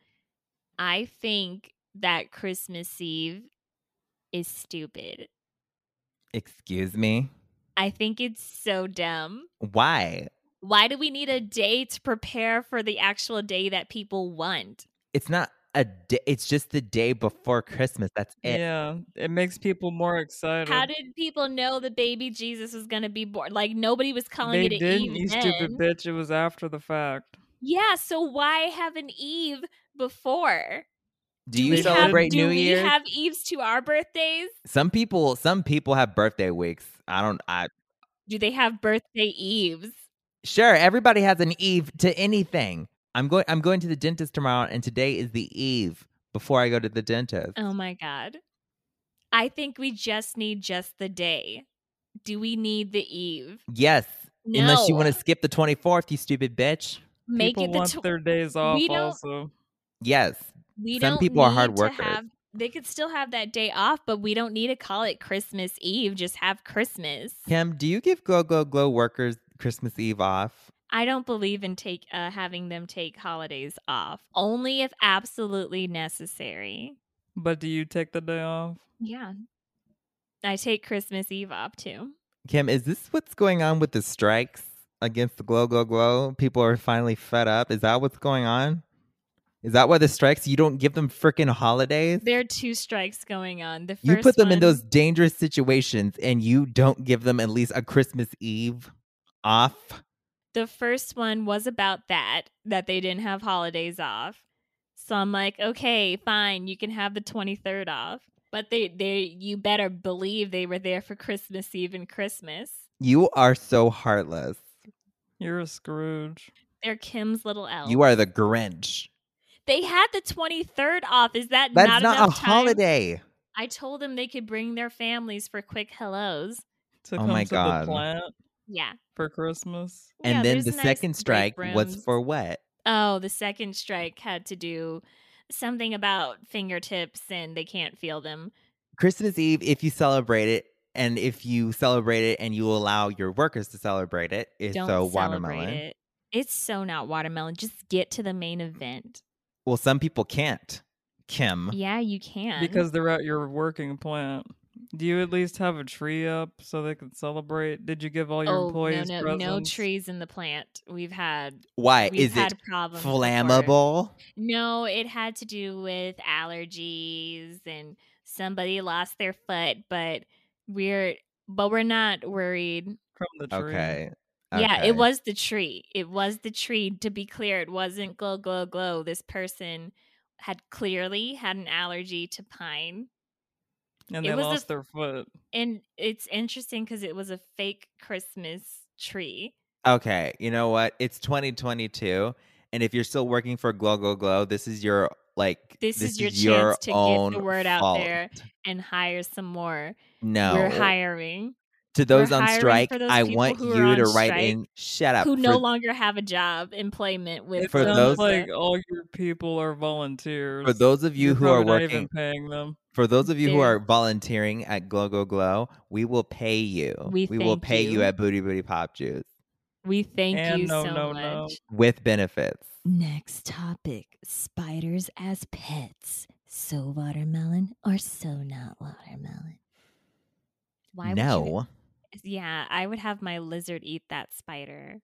I think that Christmas Eve is stupid. excuse me. I think it's so dumb. Why? Why do we need a day to prepare for the actual day that people want? It's not a day. It's just the day before Christmas. That's it. yeah, it makes people more excited. How did people know the baby Jesus was gonna be born? Like nobody was calling they it an didn't, Eve you then. stupid bitch. It was after the fact. Yeah, so why have an Eve before? Do you we have- celebrate do New we Year's? have Eves to our birthdays? some people. Some people have birthday weeks. I don't. I Do they have birthday Eves? sure. Everybody has an eve to anything. I'm going. I'm going to the dentist tomorrow, and today is the eve before I go to the dentist. Oh my God. I think we just need just the day. Do we need the Eve? Yes. No. Unless you want to skip the 24th, you stupid bitch. make people it the want tw- their days off. don't- Also, Yes. we some don't people are hard need to workers. have- they could still have that day off, but we don't need to call it Christmas Eve. Just have Christmas. Kim, do you give Go Go Glow workers Christmas Eve off? I don't believe in take uh, having them take holidays off, only if absolutely necessary. but do you take the day off? Yeah. I take Christmas Eve off too. Kim, is this what's going on with the strikes against the Glow Glow Glow? People are finally fed up. Is that what's going on? Is that why the strikes? You don't give them freaking holidays? There are two strikes going on. The first You put them in one- those dangerous situations and you don't give them at least a Christmas Eve off. the first one was about that that they didn't have holidays off so i'm like okay fine you can have the 23rd off but they they you better believe they were there for christmas eve and christmas You are so heartless. You're a Scrooge. they're kim's little elf You are the Grinch. they had the 23rd off is that That's not, not, enough a time? holiday. i told them they could bring their families for quick hellos To Oh come my to God. the plant yeah for Christmas. Yeah, and then there's the nice second break strike was rooms. for what? Oh, the second strike had to do something about fingertips and they can't feel them. Christmas Eve, if you celebrate it, and if you celebrate it and you allow your workers to celebrate it, is Don't so celebrate watermelon. it. It's so not watermelon. Just get to the main event. Well, some people can't. Kim. Yeah, you can. because they're at your working plant. Do you at least have a tree up so they can celebrate? Did you give all your oh, no, employees no, presents? no trees in the plant. We've had Why we've Uh, is had it problems. before. flammable? No, it had to do with allergies and somebody lost their foot, but we're but we're not worried from the tree. Okay. Yeah, okay. it was the tree. It was the tree. To be clear, it wasn't glow, glow, glow. This person had clearly had an allergy to pine. and It they was a lost f- their foot. And it's interesting because it was a fake Christmas tree. Okay. You know what? It's 2022. And if you're still working for Glow Glow Glow, this is your like This is your chance to get the own word out fault. there. And hire some more. No. We're hiring to those on hiring strike, for those I people want who are you on to write strike in shut up who no for longer have a job, employment with It for sounds those- like all your people are volunteers. for those of you You're who are probably not working even paying them. for those of you who There- are volunteering at glow glow glow we will pay you We will thank pay you. you. at booty booty pop juice we thank And you no, so no, much. no. with benefits Next topic spiders as pets. So watermelon or so not watermelon? Why would you, no yeah, I would have my lizard eat that spider.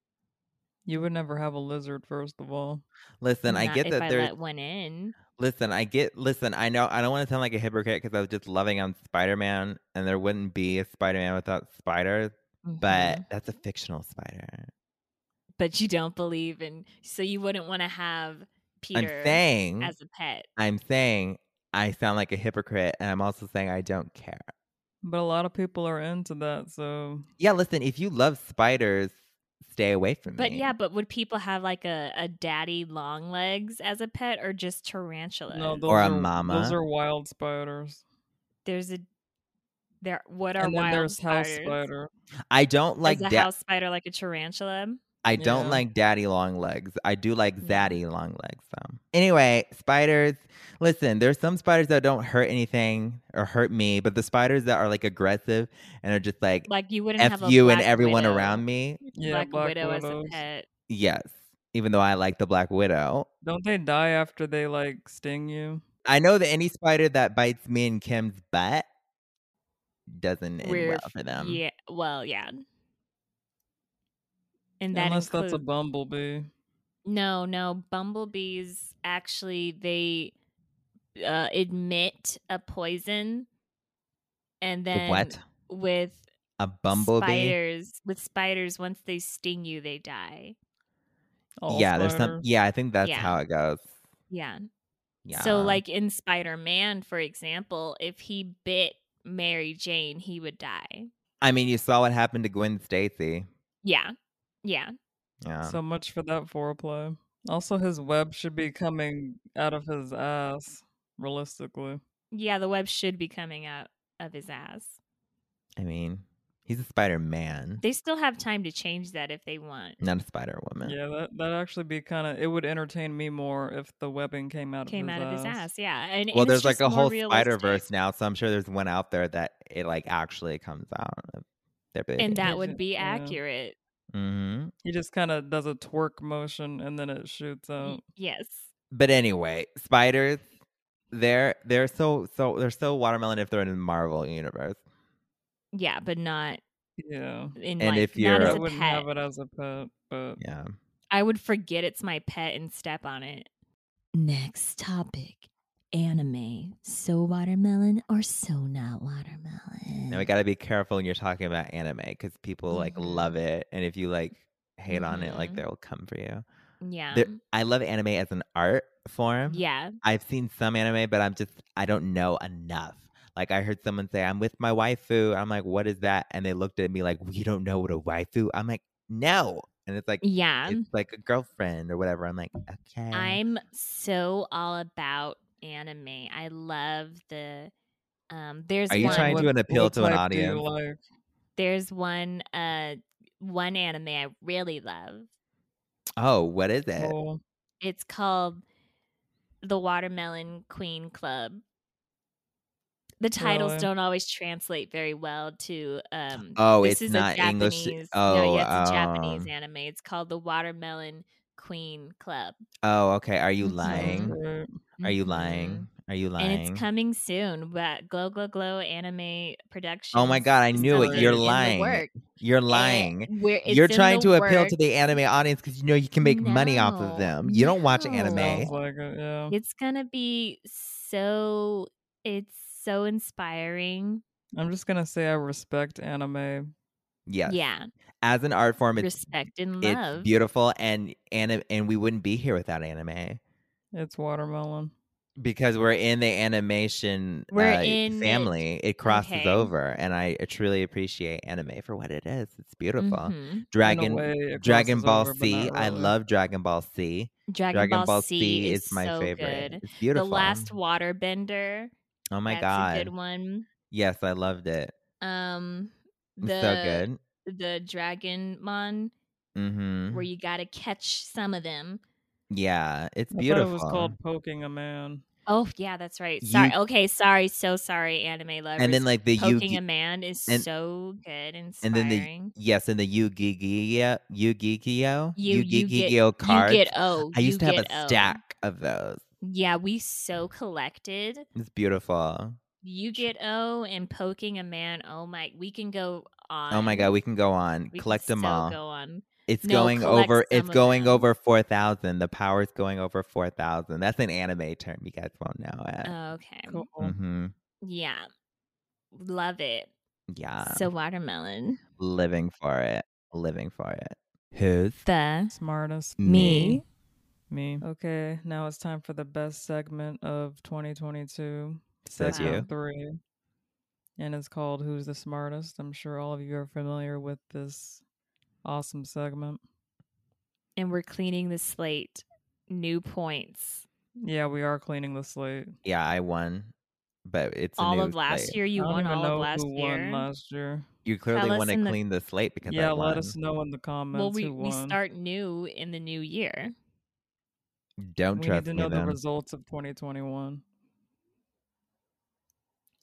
You would never have a lizard, first of all. listen i Not get if that I there's let one in. listen i get listen i know i don't want to sound like a hypocrite because i was just loving on spider-man and there wouldn't be a spider-man without spiders Mm-hmm. but Mhm. that's a fictional spider but you don't believe in, so you wouldn't want to have Peter i'm saying as a pet. i'm saying i sound like a hypocrite and i'm also saying i don't care But a lot of people are into that, so Yeah, listen, if you love spiders, stay away from But me. yeah, but would people have like a, a daddy long legs as a pet or just tarantulas? no, those Or a are, Those mama. are wild spiders. there's a there what are And then wild there's house spiders? spider. I don't like Is a da- house spider like a tarantula? I don't Yeah. like daddy long legs. I do like Yeah. zaddy long legs though. Anyway, spiders. Listen, there's some spiders that don't hurt anything or hurt me, but the spiders that are like aggressive and are just like, Like you wouldn't f have a you and black everyone widow- around me. Yeah, black, black widow as a widows. pet. Yes, even though I like the black widow. Don't they die after they like sting you? I know that any spider that bites me and Kim's butt doesn't end We're well for them. yeah. Well, yeah. And that Unless includes that's a bumblebee. no, no. Bumblebees actually they uh, admit a poison, and The then What? with A bumblebee? spiders with spiders once they sting you they die. All yeah, there's some. spiders. Yeah, I think that's Yeah. how it goes. Yeah. Yeah. So, like in Spider Man, for example, if he bit Mary Jane, he would die. I mean, you saw what happened to Gwen Stacy. Yeah. Yeah. Yeah. So much for that foreplay. Also, his web should be coming out of his ass, realistically. Yeah. The web should be coming out of his ass. I mean, he's a Spider Man, They still have time to change that if they want. not a Spider Woman. Yeah, that that actually be kind of. It would entertain me more if the webbing came out Came of out his of his ass. Yeah. And, and Well, it's there's like just a more whole Spider Verse realistic. now, so I'm sure there's one out there that it like actually comes out of their baby. And that Is would it? be Yeah. accurate. hmm He just kind of does a twerk motion and then it shoots Y- out. Yes. But anyway, spiders, they're they're so so they're so watermelon if they're in the Marvel universe. Yeah. But not Yeah, in And like, if not you're as I a a wouldn't pet. have it as a pet, but Yeah. I would forget it's my pet and step on it. Next topic anime. So watermelon or so not watermelon? Mm-hmm. And we got to be careful when you're talking about anime because people like Mhm. love it, and if you like hate on it, like Mhm. they'll come for you. Yeah. There- I love anime as an art form. yeah. I've seen some anime, but I'm just I don't know enough. Like I heard someone say, "I'm with my waifu." I'm like, "What is that?" And they looked at me like, "You don't know what a waifu?" I'm like, "No." And it's like Yeah. it's like a girlfriend or whatever. I'm like, "Okay." I'm so all about anime. I love the um there's Are you one trying to do an appeal What to an type do you audience? like? there's one uh one anime I really love. Oh, what is it? Oh, It's called The Watermelon Queen Club. The titles Really? don't always translate very well to um Oh, this it's is not a Japanese English. no, Oh, yeah, it's a Japanese um, anime. It's called The Watermelon Queen Club. Oh, okay. Are you Mhm. lying? right. Are you Mhm. lying? Are you lying? And it's coming soon, but Glow Glow Glow Anime Production. Oh my god, I knew it. something You're in the lying. You're lying. You're trying to appeal to the anime audience because you know you can make money off of No, them. You don't watch anime. Sounds no. like it. Yeah. It's gonna be so. It's so inspiring. I'm just gonna say I respect anime. Yes. Yeah, As an art form, it's respect and it's love. beautiful and and and we wouldn't be here without anime It's watermelon. because we're in the animation We're uh, in it. family. It crosses Okay. over, and I truly appreciate anime for what it is. It's beautiful. Mhm. In a Dragon way, it Dragon crosses Ball over, but C. I not really. love Dragon Ball C. Dragon, Dragon Ball, C, is, my so favorite. good. It's beautiful. The Last Waterbender. Oh my that's god. a good one. Yes, I loved it. Um, It's the so good. the Dragonmon, Mm-hmm. where you gotta catch some of them. yeah, it's I beautiful. thought it was called poking a man. Oh yeah, that's right. Sorry. You- okay, sorry. So sorry, anime lovers. and then like the poking Yugi, a man is and- so good, inspiring. and then the yes, and the Yu-Gi-Gi-Oh, Yu-Gi-Gi-Oh, You- you get- Yu-Gi-Gi-Oh cards. You get O. I used you to have get a O. stack of those. Yeah, we so collected. It's beautiful. You get O and poking a man. Oh my, we can go on. Oh my god, we can go on. We can collect them so all. Go on. It's No, going collect over. some It's of going them. over four thousand. The power's going over four thousand. That's an anime term. You guys won't know it. Okay. Cool. hmm Yeah, love it. Yeah, so watermelon. living for it. Living for it. Who's The Smartest. me? Me. Okay, now it's time for the best segment of 2022. Says Segment you. three. and it's called Who's the Smartest. I'm sure all of you are familiar with this awesome segment. And we're cleaning the slate. New points. Yeah, we are cleaning the slate. Yeah, I won, but it's a all new of last slate. year. You I don't won even all know of last who year. won last year. You clearly us want to in the- clean the slate because I yeah, won. let us know in the comments well, we, who we won. start new in the new year. Don't we trust need to me know the then. results of 2021.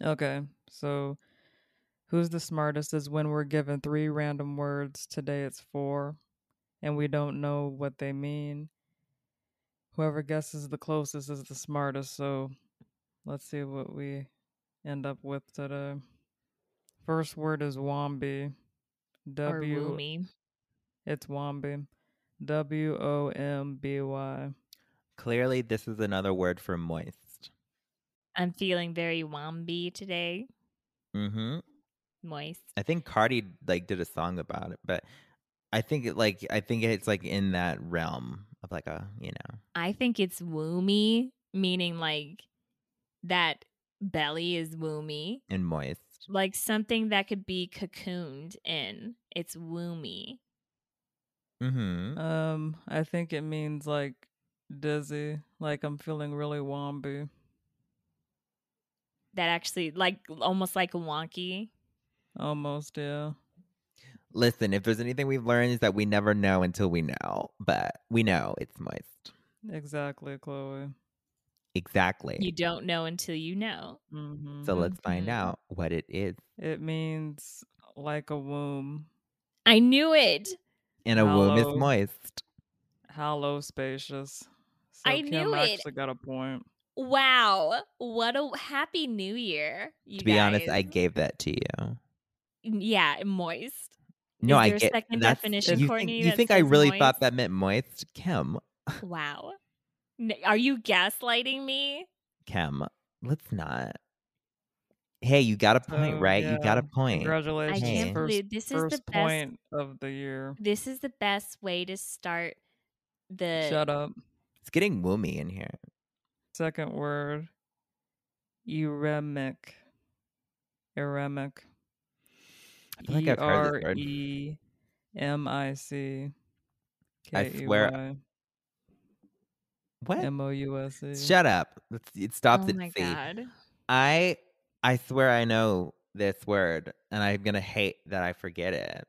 Okay, so who's the smartest is when we're given three random words. Today it's four, and we don't know what they mean. Whoever guesses the closest is the smartest. So let's see what we end up with today. First word is Wombi. Or W. Woomy. It's Wombi. W O M B Y. Clearly, this is another word for moist. I'm feeling very womby today. Mm-hmm. Moist. I think Cardi like did a song about it, but I think it like I think it's like in that realm of like a you know I think it's woomy, meaning like that belly is woomy. in moist. Like something that could be cocooned in. It's woomy. Mm-hmm. Um, I think it means like dizzy, like I'm feeling really womby. That actually like almost like wonky. Almost, yeah. Listen, if there's anything we've learned is that we never know until we know, but we know it's moist. Exactly, Chloe. Exactly. You don't know until you know. Mm-hmm. so let's find Mhm. out what it is it means like a womb, I knew it. And a womb is Hello. moist. hollow, spacious. So I Kim knew it. actually got a point. Wow. What a happy new year. You To be honest, I guys. gave that to you. Yeah, moist. No, Is I there a get second that's- definition, you Courtney, Think, you that think I says really moist? thought that meant moist? Kim, Wow. N- Are you gaslighting me? Kim, let's not. Hey, you got a point, Oh, So, right? You got yeah, a point. I Congratulations. Hey. can't First, believe this is first the best. point of the year. This is the best way to start the Shut up. It's getting woomy in here. Second word, eremic. Eremic. I feel like I've heard this word. E M I C I K E swear- Y What? M O U S E. Shut up. It's- It stops Oh at my C. god. I I swear I know this word, and I'm gonna hate that I forget it.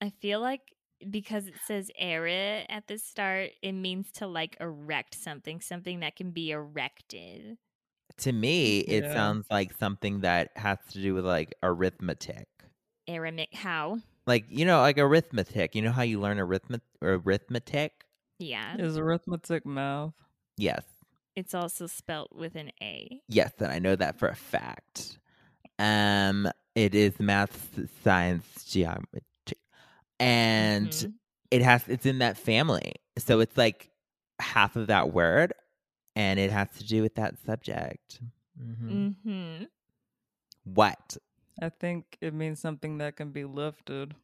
I feel like because it says era at the start, it means to like erect something, something that can be erected. To me, it Yeah. sounds like something that has to do with like arithmetic. Aramic how? Like you know, like arithmetic. You know how you learn arithmet arithmetic? Yeah. Is arithmetic math? Yes, It's also spelt with an A. yes, and I know that for a fact. Um, it is math, s- science, geometry, and Mhm. it has it's in that family. So it's like half of that word, and it has to do with that subject. Mhm. Mhm. What? I think it means something that can be lifted.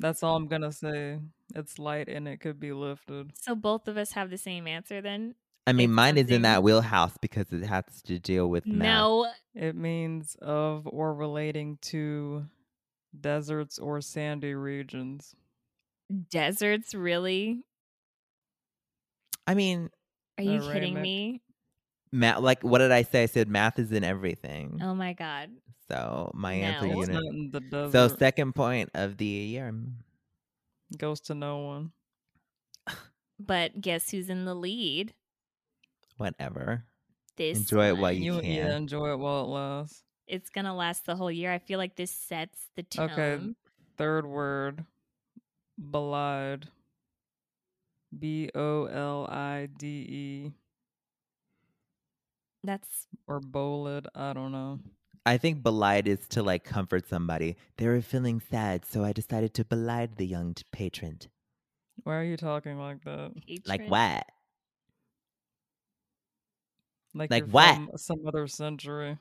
That's all I'm gonna say. It's light and it could be lifted. So both of us have the same answer then? I mean, It's mine is in that something- wheelhouse because it has to deal with math. No. It means of or relating to deserts or sandy regions. Deserts really? I mean, Are you Aramic. kidding me? math. Like, what did I say? I said math is in everything. Oh my god. So my answer No. It's unit. not in the So desert. second point of the year. goes to no one. But guess who's in the lead? Whatever. This Enjoy it while one. Oh, you You yeah, can. enjoy it while it lasts. It's gonna last the whole year. I feel like this sets the tone. Okay. Third word, belied. B O L I D E That's or bolid. I don't know. I think belied is to like comfort somebody. They were feeling sad, so I decided to belied the young t- patron. Why are you talking like that? Like patron- what? Like you're what? from some other century.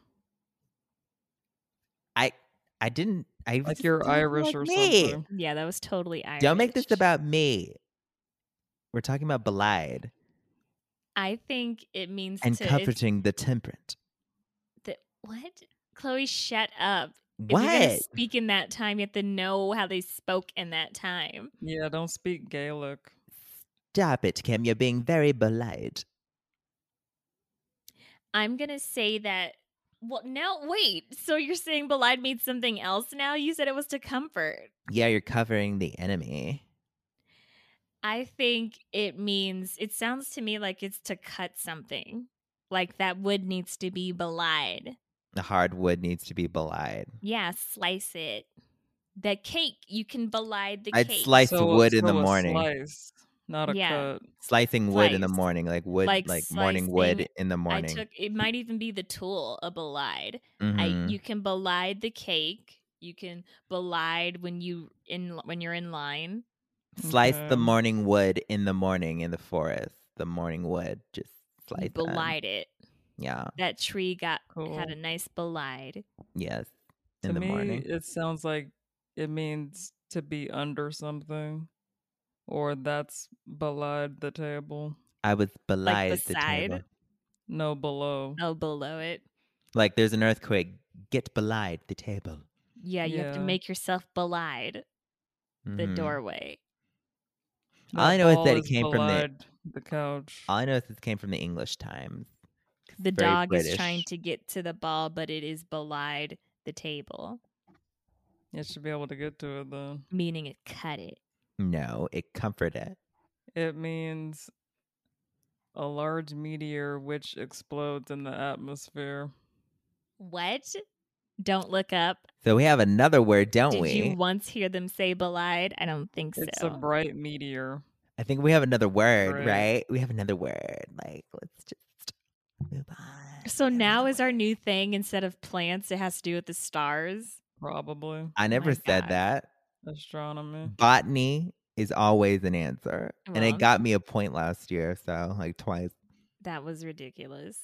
I I didn't. I was Like just you're talking Irish like or me. something. Yeah, that was totally Irish. Don't make this about me. We're talking about belied I think it means and to it's comforting the temperate. the- what? Chloe, shut up. If you're gonna What? speak in that time, you have to know how they spoke in that time. Yeah, don't speak Gaelic. Stop it, Kim. You're being very polite. I'm gonna say that. Well, now wait. So you're saying Belied means something else now? You said it was to comfort. Yeah, you're covering the enemy. I think it means. It sounds to me like it's to cut something. Like that wood needs to be belied. The hardwood needs to be belied. Yeah, slice it. The cake, you can belie the I'd cake. slice wood in the so a morning. Slice, not a Yeah. cut. Slicing wood in the Slice. morning, like wood, like, Like morning wood slicing. in the I morning. took it might even be the tool a belied. I, Mhm. you can belie the cake. You can belie when you in when you're in line. Slice the Okay. morning wood in the morning in the forest. The morning wood, just You slice them. belied it. Yeah. That tree got had Cool. a nice belied. Yes. To in the me, morning. it sounds like it means to be under something, or that's belied the table. I was belied the beside? table. No, below. Oh, below it. Like there's an earthquake. Get belied the table. Yeah, you have to Yeah. make yourself belied the Mhm. doorway. All I That know is ball that it came from the- Ah. belied the couch. All I know is this came from the English Times. The Very dog is trying British. to get to the ball, but it is belied the table, It should be able to get to it then. meaning it cut it. No, it comforted. It means a large meteor which explodes in the atmosphere. What? Don't look up. So we have another word, don't Did we? you once hear them say belied? I don't think so. It's a bright meteor. I think we have another word, Right. right? We have another word. Like, let's just move on. so We have now another is our word. new thing instead of plants, it has to do with the stars. Probably I never Oh my said God. that. astronomy. Botany is always an answer, and it Wrong. got me a point last year. So, like twice. That was ridiculous.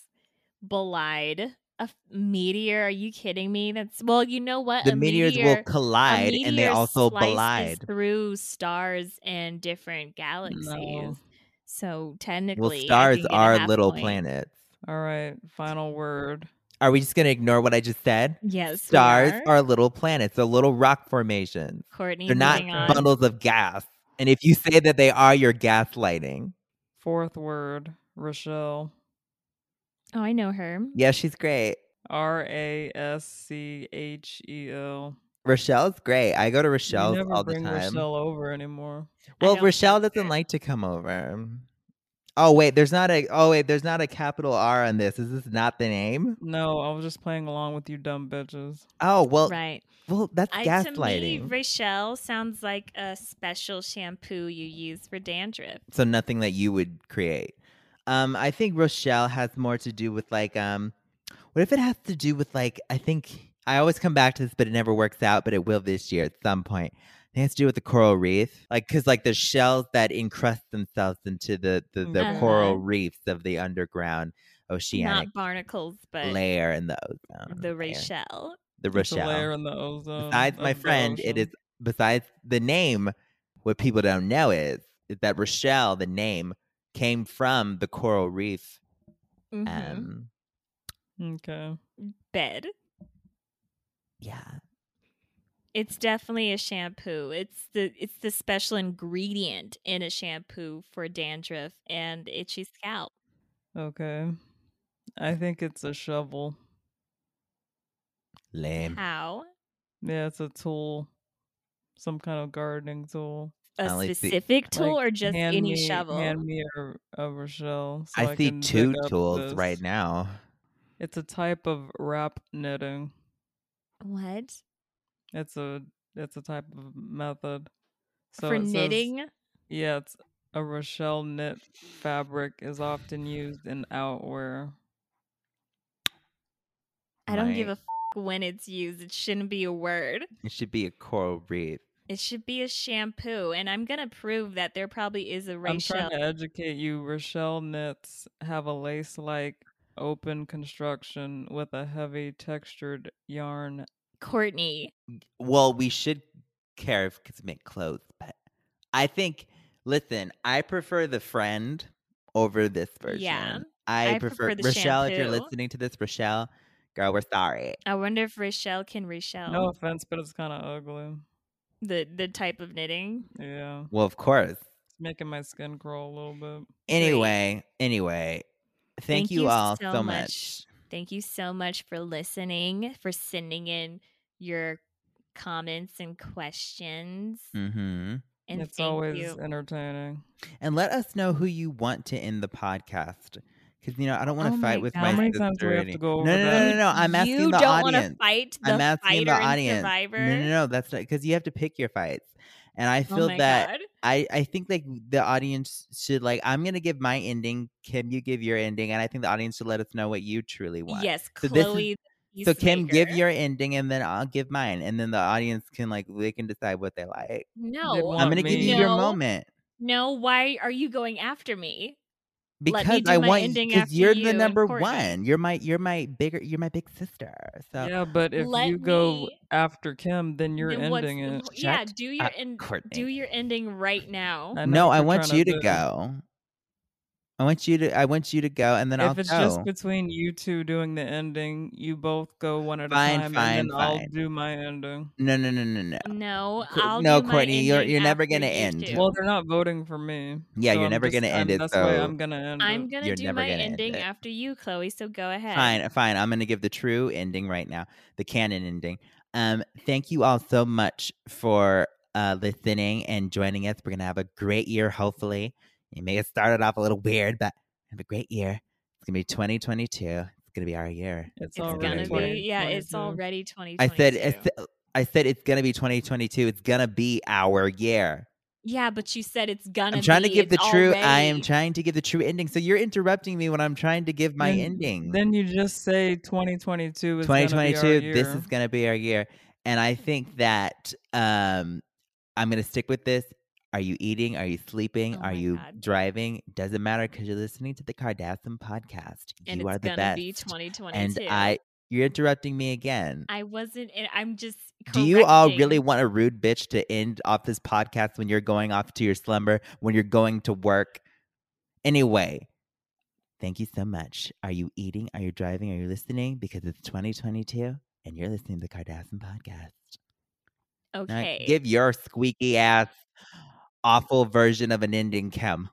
Belied. A f- meteor? Are you kidding me? That's well, you know what? The a meteors will meteor- a collide, and they meteor also slices collide. through stars and different galaxies. No. So Well, technically, I stars can get a are half little point. planets. All right, final word. Are we just gonna ignore what I just said? Yes, we Stars are. are little planets. They're little rock formations. Courtney. They're not moving on. bundles of gas. And if you say that they are, you're gaslighting. Fourth word, Rochelle. Oh, I know her. Yeah, she's great. R A S C H E L. Rochelle's great. I go to You Rochelle's never all the bring time. Rochelle over anymore. I Well, don't Rochelle like doesn't her. like to come over. Oh wait, there's not a oh wait, there's not a capital R on this. Is this not the name? No, I was just playing along with you dumb bitches. Oh well, Right. well that's I, to me, gaslighting. Rochelle sounds like a special shampoo you use for dandruff. so nothing that you would create. Um, I think Rochelle has more to do with like um, what if it has to do with like I think I always come back to this, but it never works out, but it will this year at some point. It has to do with the coral reef, like because like the shells that encrust themselves into the the, the Uh-huh. coral reefs of the underground oceanic Not barnacles, but layer in the ozone. the layer. Rochelle. The It's a Rochelle. layer in the ozone. besides my of the friend, it ocean. is besides the name, what people don't know is, is that Rochelle, the name, came from the coral reef Mhm. um Okay. Bed. yeah. It's definitely a shampoo. It's the it's the special ingredient in a shampoo for dandruff and itchy scalp. Okay. I think it's a shovel. Lame. How? Yeah, it's a tool. Some kind of gardening tool. A I like the- specific tool Like, or just hand any me- shovel? Hand me a, a Rochelle. so I see can two dig up tools right this. now. It's a type of wrap knitting. what? It's a it's a type of method. So for it says- knitting? yeah, it's a Rochelle knit fabric is often used in outwear. I don't give a Right. f- when it's used. It shouldn't be a word. It should be a coral reef. It should be a shampoo. And I'm gonna prove that there probably is a I'm trying Rochelle. to educate you. Rochelle knits have a lace like open construction with a heavy textured yarn. Courtney. Well, we should care because make clothes, but I think listen, I prefer the friend over this version. Yeah. I, I prefer, prefer the Rochelle. If you're shampoo. listening to this, Rochelle, Girl, we're sorry. I wonder if Rochelle can Rochelle No offense, but it's kind of ugly. the the type of knitting. Yeah, Well, of course. it's making my skin crawl a little bit. Anyway, anyway, thank, you, all so, much. Thank you so much for listening, for sending in your comments and questions. hmm And Mm, it's thank always you. entertaining. And let us know who you want to end the podcast. Because, you know, I don't want Oh to my fight with God. my How many sister times do we have to any- go over no, no, no, that? no, no. I'm asking you the don't want to audience. fight the I'm asking fighter the audience. and survivor. No, no, no. That's not because you have to pick your fights. And I oh feel my that God. I, I think like the audience should like I'm gonna give my ending. Kim, you give your ending, and I think the audience should let us know what you truly want. Yes, So this is- Chloe. the So Kim, give peacemaker. your ending, and then I'll give mine, and then the audience can like they can decide what they like. no. want I'm gonna give you your No. moment No, why are you going after me? Let me because do I my want ending because after you're you the and number Courtney. one. You're my you're my bigger you're my big sister. So yeah, but if let you go me- after Kim, then you're Then what's ending the it. po- yeah, Shut do your up, end, Courtney. do your ending right now. I know no, what I you're want trying you to do. go. I want you to I want you to go, and then I'll if it's go. just between you two doing the ending, you both go one at Fine, a time, fine, and then I'll fine. do my ending. no, no, no, no, no. No, Co- I'll no, do my Courtney, you're- ending you're never after gonna you end. two. Yeah. Well, they're not voting for me. Yeah, so you're I'm never just- gonna end I'm- it, That's why so I'm gonna end I'm it. gonna you're do never my gonna end ending it. after you, Chloe. So go ahead. Fine, uh, fine. I'm going to give the true ending right now, the canon ending. Um, thank you all so much for uh, listening and joining us. We're going to have a great year, hopefully. You may have started off a little weird, but have a great year. It's going to be 2022. It's going to be our year. It's, It's already gonna be 2022. yeah. It's 2022. already 2022. I said, I said, I said it's going to be 2022. It's going to be our year. yeah, but you said it's gonna. I'm trying to be, give the it's true, I am already. trying to give the true ending. So you're interrupting me when I'm trying to give my Then- ending. Then you just say 2022 is gonna be our 2022 this year. is going to be our year and i think that um i'm going to stick with this are you eating are you sleeping Oh are my you God. driving doesn't matter because you're listening to the kardashian podcast And you it's are the gonna best be 2022. and i you're interrupting me again I wasn't. and I'm just. do you all correcting. really want a rude bitch to end off this podcast when you're going off to your slumber when you're going to work anyway thank you so much are you eating are you driving are you listening because it's 2022 and you're listening to the kardashian podcast Now Okay. give your squeaky ass, awful version of an ending, Kim.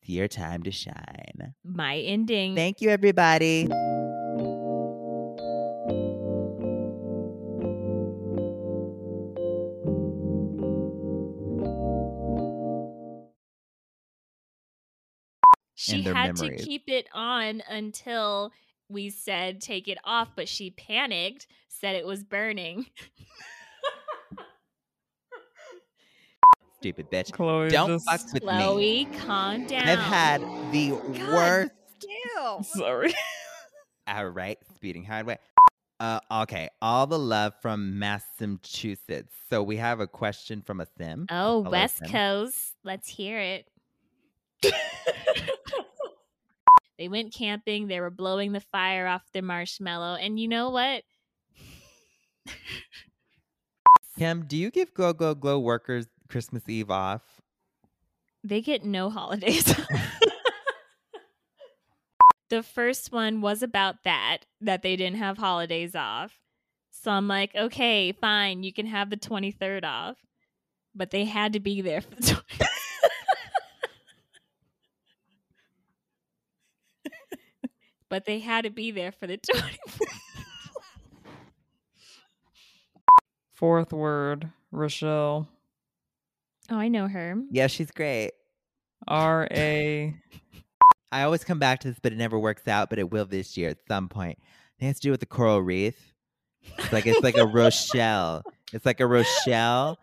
It's your time to shine. my ending. Thank you, everybody. she their had memories. to keep it on until we said take it off, but she panicked, said it was burning. Stupid bitch. Chloe, Don't just, fuck with me. Chloe, calm down. I've had the worst. Ew. Sorry. All right, speeding highway. Uh, okay, all the love from Massachusetts. So we have a question from a sim. Oh, Hello, West Sim. Coast. Let's hear it. they went camping. They were blowing the fire off their marshmallow. And you know what? Kim, do you give Glow Glow Glow workers Christmas Eve off? They get no holidays. the first one was about that, that they didn't have holidays off. So I'm like, okay, fine. You can have the 23rd off. But they had to be there for the 23rd. but they had to be there for the 24th. Fourth word, Rochelle. Oh, I know her. Yeah, she's great. R A. I always come back to this, but it never works out. But it will this year at some point. It has to do with the coral reef. It's like it's like a Rochelle. It's like a Rochelle